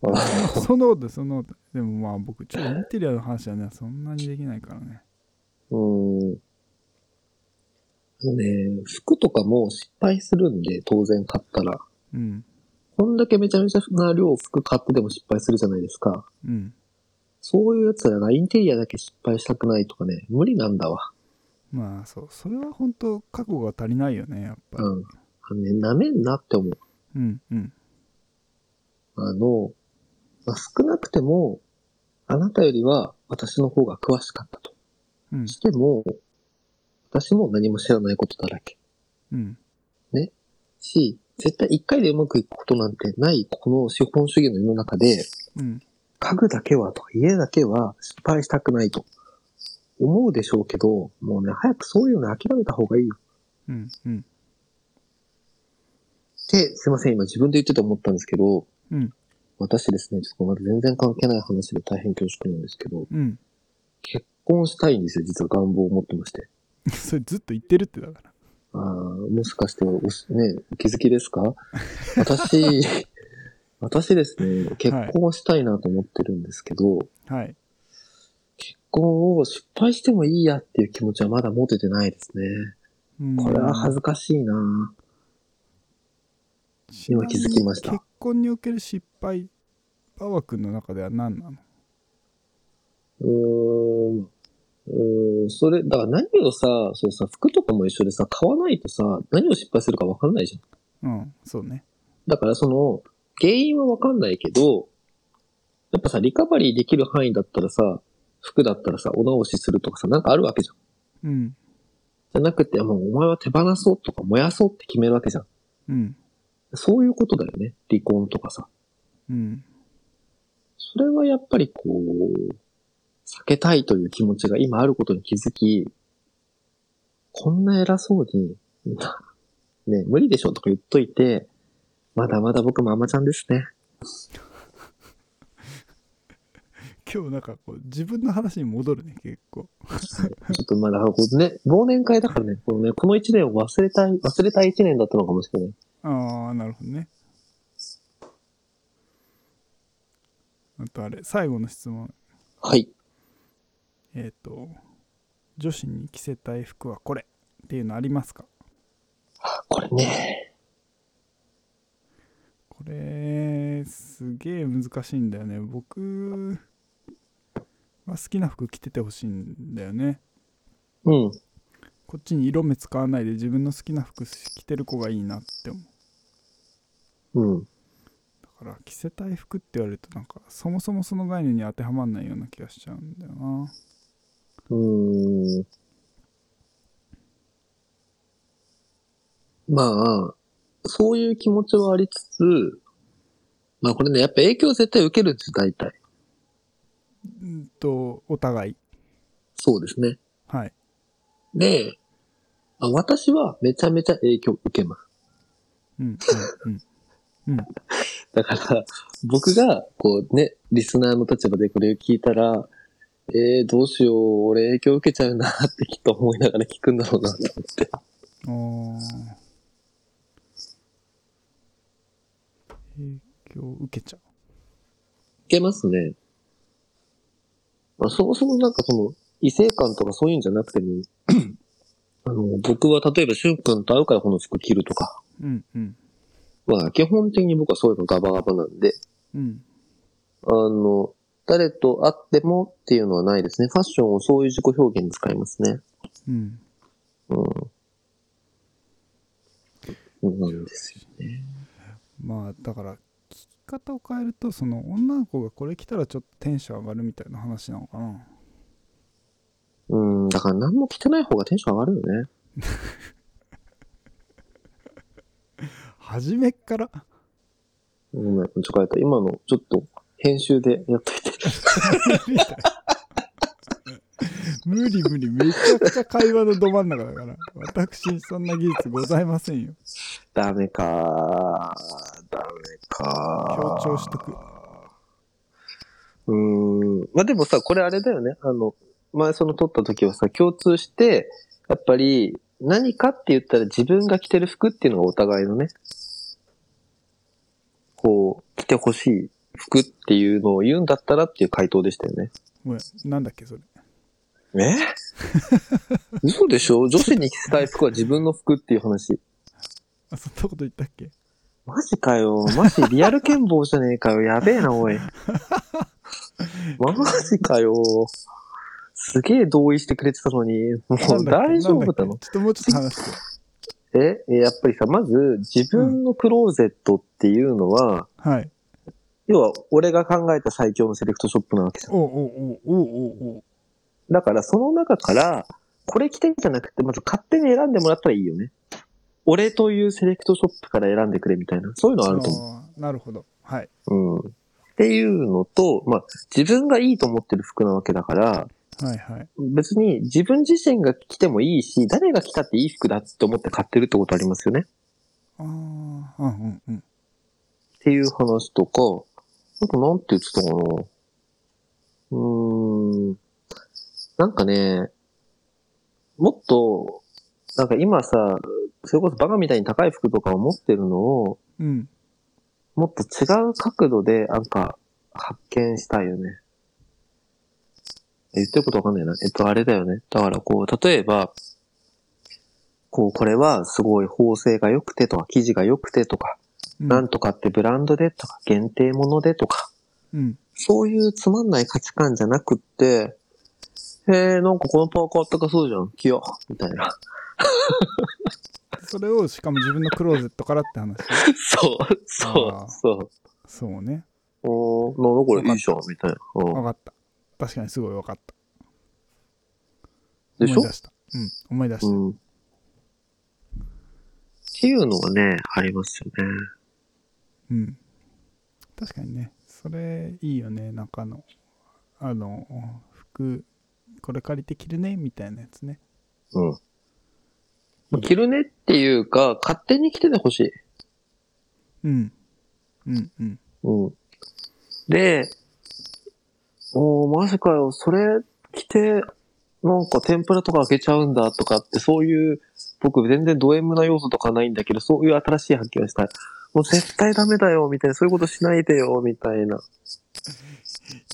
[SPEAKER 2] あ
[SPEAKER 1] そのこと、そのこと。でもまあ僕、ちょっとインテリアの話はね、そんなにできないからね。
[SPEAKER 2] うん。あのね、服とかも失敗するんで、当然買ったら。
[SPEAKER 1] うん。
[SPEAKER 2] こんだけめちゃめちゃな量服買ってでも失敗するじゃないですか。
[SPEAKER 1] うん。
[SPEAKER 2] そういう奴らがインテリアだけ失敗したくないとかね、無理なんだわ。
[SPEAKER 1] まあそう、それは本当覚悟が足りないよね、やっぱり。
[SPEAKER 2] うん。あのね、舐めんなって思う。
[SPEAKER 1] うん、うん、
[SPEAKER 2] あの、まあ少なくても、あなたよりは私の方が詳しかったと。
[SPEAKER 1] うん、
[SPEAKER 2] しても、私も何も知らないことだらけ。
[SPEAKER 1] うん、
[SPEAKER 2] し、絶対一回でうまくいくことなんてない、この資本主義の世の中で、
[SPEAKER 1] うん、
[SPEAKER 2] 家具だけはとか家だけは失敗したくないと思うでしょうけど、もうね、早くそういうの諦めた方がいいよ。
[SPEAKER 1] うん、うん、
[SPEAKER 2] って、すいません、今自分で言ってて思ったんですけど、
[SPEAKER 1] うん、
[SPEAKER 2] 私ですね、ちょっとまだ全然関係ない話で大変恐縮なんですけど、
[SPEAKER 1] うん、
[SPEAKER 2] 結婚したいんですよ、実は願望を持ってまして。
[SPEAKER 1] それずっと言ってるってだから。
[SPEAKER 2] あーもしかしておし、ね、お気づきです か私、私ですね、結婚したいなと思ってるんですけど、
[SPEAKER 1] はい。
[SPEAKER 2] 結婚を失敗してもいいやっていう気持ちはまだ持ててないですね。
[SPEAKER 1] うん
[SPEAKER 2] これは恥ずかしいな今気づきました
[SPEAKER 1] 結婚における失敗、パワ君の中では何なの
[SPEAKER 2] うーん。うーん、それ、だから何をさ、そうさ、服とかも一緒でさ、買わないとさ、何を失敗するか分かんないじゃん。
[SPEAKER 1] うん、そうね。
[SPEAKER 2] だからその、原因は分かんないけど、やっぱさ、リカバリーできる範囲だったらさ、服だったらさ、お直しするとかさ、なんかあるわけじゃん。
[SPEAKER 1] うん、
[SPEAKER 2] じゃなくて、もうお前は手放そうとか燃やそうって決めるわけじゃん。
[SPEAKER 1] うん、
[SPEAKER 2] そういうことだよね。離婚とかさ。
[SPEAKER 1] うん。
[SPEAKER 2] それはやっぱりこう、避けたいという気持ちが今あることに気づき、こんな偉そうに、 ね、無理でしょとか言っといて、まだまだ僕もママちゃんですね。
[SPEAKER 1] 今日なんかこう、自分の話に戻るね、結構。
[SPEAKER 2] ちょっとまだ、こうね、忘年会だからね、このね、この一年を忘れたい、忘れたい一年だったのかもしれない。
[SPEAKER 1] ああ、なるほどね。あとあれ、最後の質問。
[SPEAKER 2] はい。
[SPEAKER 1] えっ、と、女子に着せたい服はこれっていうのありますか
[SPEAKER 2] これね、
[SPEAKER 1] これ、すげえ難しいんだよね。僕は好きな服着ててほしいんだよね。
[SPEAKER 2] うん。
[SPEAKER 1] こっちに色目使わないで自分の好きな服着てる子がいいなって思う。
[SPEAKER 2] うん。
[SPEAKER 1] だから着せたい服って言われるとなんかそもそもその概念に当てはまんないような気がしちゃうんだよな。
[SPEAKER 2] うーん。まあ、そういう気持ちはありつつ、まあこれね、やっぱ影響絶対受けるんですよ、大体。
[SPEAKER 1] うんと、お互い。
[SPEAKER 2] そうですね。
[SPEAKER 1] はい。
[SPEAKER 2] で、あ私はめちゃめちゃ影響受けます。
[SPEAKER 1] うん、うん、うん。うん、
[SPEAKER 2] だから、僕が、こうね、リスナーの立場でこれを聞いたら、えー、どうしよう、俺影響受けちゃうなってきっと思いながら聞くんだろうなと思って。
[SPEAKER 1] あー影響受けちゃ
[SPEAKER 2] 受けますね。まあ、そもそもなんかその、異性感とかそういうんじゃなくても、あの、僕は例えば、しゅんくんと会うからこの服着るとか、
[SPEAKER 1] う。うんうん
[SPEAKER 2] まあ、基本的に僕はそういうのガバガバなんで、
[SPEAKER 1] うん
[SPEAKER 2] あの、誰と会ってもっていうのはないですね。ファッションをそういう自己表現に使いますね。
[SPEAKER 1] うん。
[SPEAKER 2] うん。そうなんですよ。
[SPEAKER 1] まあだから聞き方を変えるとその女の子がこれ着たらちょっとテンション上がるみたいな話なのかな。
[SPEAKER 2] うん、だから何も着てない方がテンション上がるよね。
[SPEAKER 1] 初めっから
[SPEAKER 2] ごめん、間違えた。今のちょっと編集でやっといて。
[SPEAKER 1] 無理無理めちゃくちゃ会話のど真ん中だから私そんな技術ございませんよ
[SPEAKER 2] ダメかー。ダメかー。
[SPEAKER 1] 強調しとく
[SPEAKER 2] うーん。まあ、でもさ、これあれだよね。あの、前その撮った時はさ、共通して、やっぱり、何かって言ったら自分が着てる服っていうのがお互いのね、こう、着てほしい服っていうのを言うんだったらっていう回答でしたよね。
[SPEAKER 1] ごめんなんだっけそれ
[SPEAKER 2] え 嘘でしょ女子に着たい服は自分の服っていう話。
[SPEAKER 1] あそんなこと言ったっけ
[SPEAKER 2] マジかよ。マジリアル剣謀じゃねえかよ。や べえな、おい。マジかよ。すげえ同意してくれてたのに、
[SPEAKER 1] な
[SPEAKER 2] も
[SPEAKER 1] ん
[SPEAKER 2] う
[SPEAKER 1] だっけ
[SPEAKER 2] 大丈夫な
[SPEAKER 1] なんだっ
[SPEAKER 2] の
[SPEAKER 1] けちょっともうちょっと話して
[SPEAKER 2] え、やっぱりさ、まず自分のクローゼットっていうのは、
[SPEAKER 1] はい
[SPEAKER 2] 要は俺が考えた最強のセレクトショップなわけじゃん。
[SPEAKER 1] おうおうおうおうおうおう
[SPEAKER 2] だからその中から、これ着てんじゃなくて、まず勝手に選んでもらったらいいよね。俺というセレクトショップから選んでくれみたいな、そういうのあると思う。
[SPEAKER 1] あーなるほどはい
[SPEAKER 2] うん。っていうのと、まあ、自分がいいと思ってる服なわけだから、
[SPEAKER 1] はいはい
[SPEAKER 2] 別に自分自身が着てもいいし、誰が着たっていい服だって思って買ってるってことありますよね。
[SPEAKER 1] あーうんうんうん
[SPEAKER 2] っていう話とか、あとなんて言ってたかな。うーん。なんかね、もっと、なんか今さ、それこそバカみたいに高い服とかを持ってるのを、
[SPEAKER 1] うん。
[SPEAKER 2] もっと違う角度で、なんか、発見したいよね。え言ってることわかんないな。えっと、あれだよね。だから、こう、例えば、こう、これはすごい縫製が良くてとか、生地が良くてとか、
[SPEAKER 1] うん
[SPEAKER 2] なんとかってブランドでとか、限定ものでとか、
[SPEAKER 1] うん。
[SPEAKER 2] そういうつまんない価値観じゃなくって、えー、なんかこのパーカーあったかそうじゃん。着よう。みたいな。
[SPEAKER 1] それを、しかも自分のクローゼットからって話。
[SPEAKER 2] そう、そ
[SPEAKER 1] あー
[SPEAKER 2] う、そう。
[SPEAKER 1] そうね。
[SPEAKER 2] おー、なんだこれいいじゃん。みたいな。
[SPEAKER 1] わ
[SPEAKER 2] う
[SPEAKER 1] かった。確かにすごいわかった。
[SPEAKER 2] んでしょ
[SPEAKER 1] 思い出した。うん。思い出した。
[SPEAKER 2] うん。っていうのはね、ありますよね。
[SPEAKER 1] うん。確かにね、それいいよね、なんかあの、あの、服、これ借りて着るね、みたいなやつね。
[SPEAKER 2] うん。着るねっていうか、勝手に着ててほしい。
[SPEAKER 1] うん。うんうん。
[SPEAKER 2] うん。で、おー、マジかよ、それ着て、なんか天ぷらとか開けちゃうんだとかって、そういう、僕全然ド M な要素とかないんだけど、そういう新しい発見をしたい。もう絶対ダメだよ、みたいな。そういうことしないでよ、みたいな。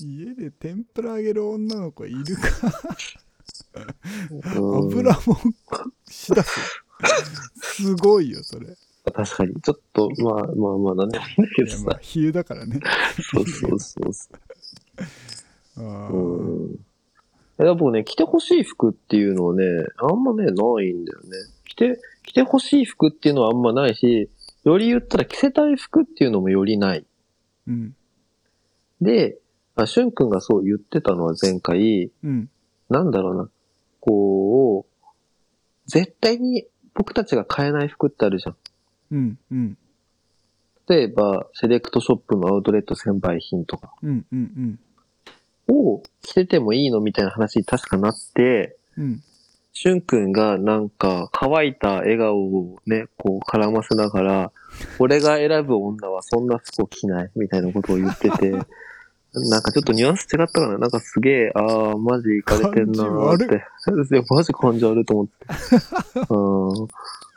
[SPEAKER 1] 家で天ぷら揚げる女の子いるか
[SPEAKER 2] うん
[SPEAKER 1] 油もしだす。すごいよ、それ。い
[SPEAKER 2] 確かに。ちょっと、まあまあまあ、なんでもいいんだけど
[SPEAKER 1] や
[SPEAKER 2] さ
[SPEAKER 1] まあ、。比喩だからね。
[SPEAKER 2] そうそうそうそう。
[SPEAKER 1] あー
[SPEAKER 2] うん。え、だから僕ね、着てほしい服っていうのはね、あんまね、ないんだよね。着て、着てほしい服っていうのはあんまないし、より言ったら着せたい服っていうのもよりない。
[SPEAKER 1] うん。
[SPEAKER 2] で、あ、しゅんくんがそう言ってたのは前回、
[SPEAKER 1] うん。
[SPEAKER 2] なんだろうな、こう、絶対に僕たちが買えない服ってあるじゃん。
[SPEAKER 1] うん。うん。
[SPEAKER 2] 例えば、セレクトショップのアウトレット専売品とか
[SPEAKER 1] うん。うん。うん。
[SPEAKER 2] を着ててもいいのみたいな話に確かなって、
[SPEAKER 1] うん。
[SPEAKER 2] しゅんくんがなんか乾いた笑顔をね、こう絡ませながら、俺が選ぶ女はそんな服を着ないみたいなことを言ってて、 なんかちょっとニュアンス違ったかななんかすげえ、ああ、マジいかれてんなーって。 いやマジ感じ悪いと思って。 うーん、う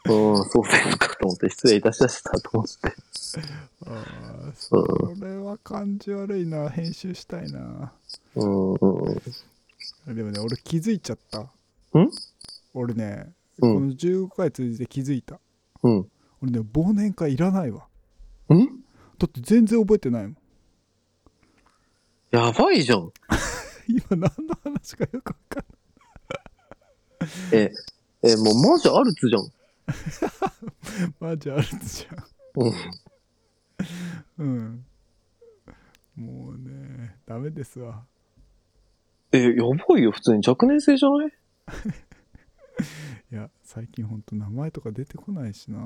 [SPEAKER 2] ーん、そうですかと思って、失礼いたしましたと思って。
[SPEAKER 1] ああ、それは感じ悪いな。編集したいな。
[SPEAKER 2] うん、うん、
[SPEAKER 1] でもね俺気づいちゃった
[SPEAKER 2] ん
[SPEAKER 1] 俺ね、
[SPEAKER 2] うん
[SPEAKER 1] この15回通じて気づいた
[SPEAKER 2] うん。
[SPEAKER 1] 俺ね忘年会いらないわ
[SPEAKER 2] うん
[SPEAKER 1] だって全然覚えてないもん
[SPEAKER 2] やばいじゃん。
[SPEAKER 1] 今何の話かよくわかん
[SPEAKER 2] え、え、もうマジアルツじゃん。
[SPEAKER 1] ないマジあるじ
[SPEAKER 2] うん。
[SPEAKER 1] ゃんうんもうねダメですわ
[SPEAKER 2] え、やばいよ、普通に若年性じゃない
[SPEAKER 1] いや最近ほんと名前とか出てこないしな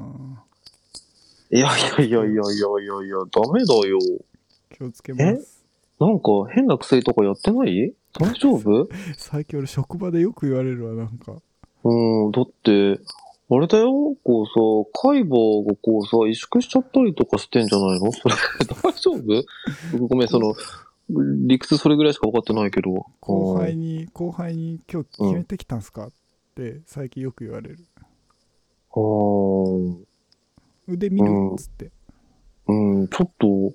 [SPEAKER 1] い
[SPEAKER 2] やいやいやいやいやいやいや、ダメだよ。
[SPEAKER 1] 気をつけます
[SPEAKER 2] なんか変な薬とかやってない大丈夫
[SPEAKER 1] 最近俺職場でよく言われるわなんか
[SPEAKER 2] うん、だって、あれだよ、こうさ、海馬がこうさ、萎縮しちゃったりとかしてんじゃないのそれ、大丈夫ごめん、その、理屈それぐらいしか分かってないけど。
[SPEAKER 1] 後輩に後輩に今日決めてきたんすか、って最近よく言われる
[SPEAKER 2] うん。
[SPEAKER 1] 腕見る
[SPEAKER 2] うん
[SPEAKER 1] っつって
[SPEAKER 2] うん、ちょっと、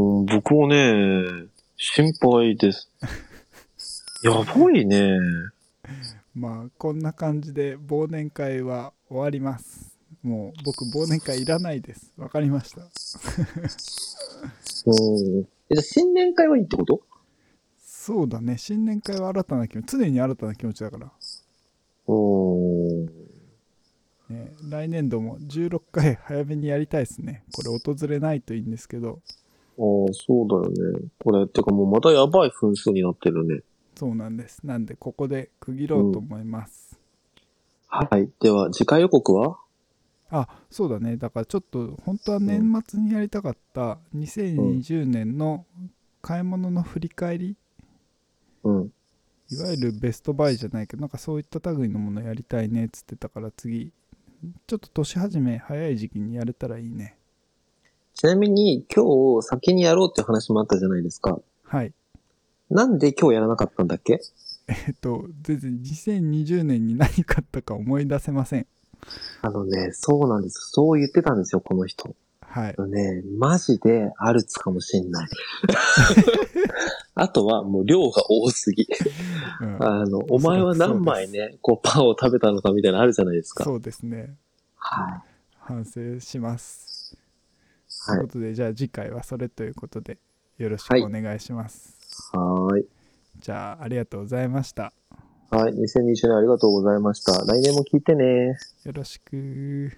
[SPEAKER 2] うん、僕はね、心配です。やばいね。
[SPEAKER 1] まあこんな感じで忘年会は終わりますもう僕忘年会いらないですわかりました
[SPEAKER 2] うん。え、じゃあ新年会はいいってこと
[SPEAKER 1] そうだね新年会は新たな気持ち常に新たな気持ちだから、
[SPEAKER 2] うん。
[SPEAKER 1] ね、来年度も16回早めにやりたいですねこれ訪れないといいんですけど
[SPEAKER 2] ああ、そうだよね。これ、てかもうまたやばい分数になってるね。
[SPEAKER 1] そうなんですなんでここで区切ろうと思います、
[SPEAKER 2] はい。では、次回予告は
[SPEAKER 1] あそうだねだからちょっと本当は年末にやりたかった2020年の買い物の振り返り
[SPEAKER 2] うん。
[SPEAKER 1] いわゆるベストバイじゃないけどなんかそういった類のものやりたいねっつってたから次ちょっと年始め早い時期にやれたらいいね
[SPEAKER 2] ちなみに、今日先にやろうっていう話もあったじゃないですか。
[SPEAKER 1] はい
[SPEAKER 2] なんで今日やらなかったんだっけ
[SPEAKER 1] えっと、全然2020年に何買ったか思い出せません。
[SPEAKER 2] あのね、そうなんです。そう言ってたんですよ、この人。
[SPEAKER 1] はい
[SPEAKER 2] あ。のね、マジでアルツかもしんない。あとはもう量が多す ぎ。
[SPEAKER 1] うん、
[SPEAKER 2] あの、お前は何枚ね、こうパンを食べたのかみたいなのあるじゃないですか。
[SPEAKER 1] そうですね。
[SPEAKER 2] は
[SPEAKER 1] 反省します。
[SPEAKER 2] い。
[SPEAKER 1] とい
[SPEAKER 2] はいう
[SPEAKER 1] ことで、じゃあ次回はそれということで、よろしくお願いします。。
[SPEAKER 2] はーい。
[SPEAKER 1] じゃあ、ありがとうございました。
[SPEAKER 2] はい。2020年ありがとうございました。来年も聞いてね。
[SPEAKER 1] よろしく。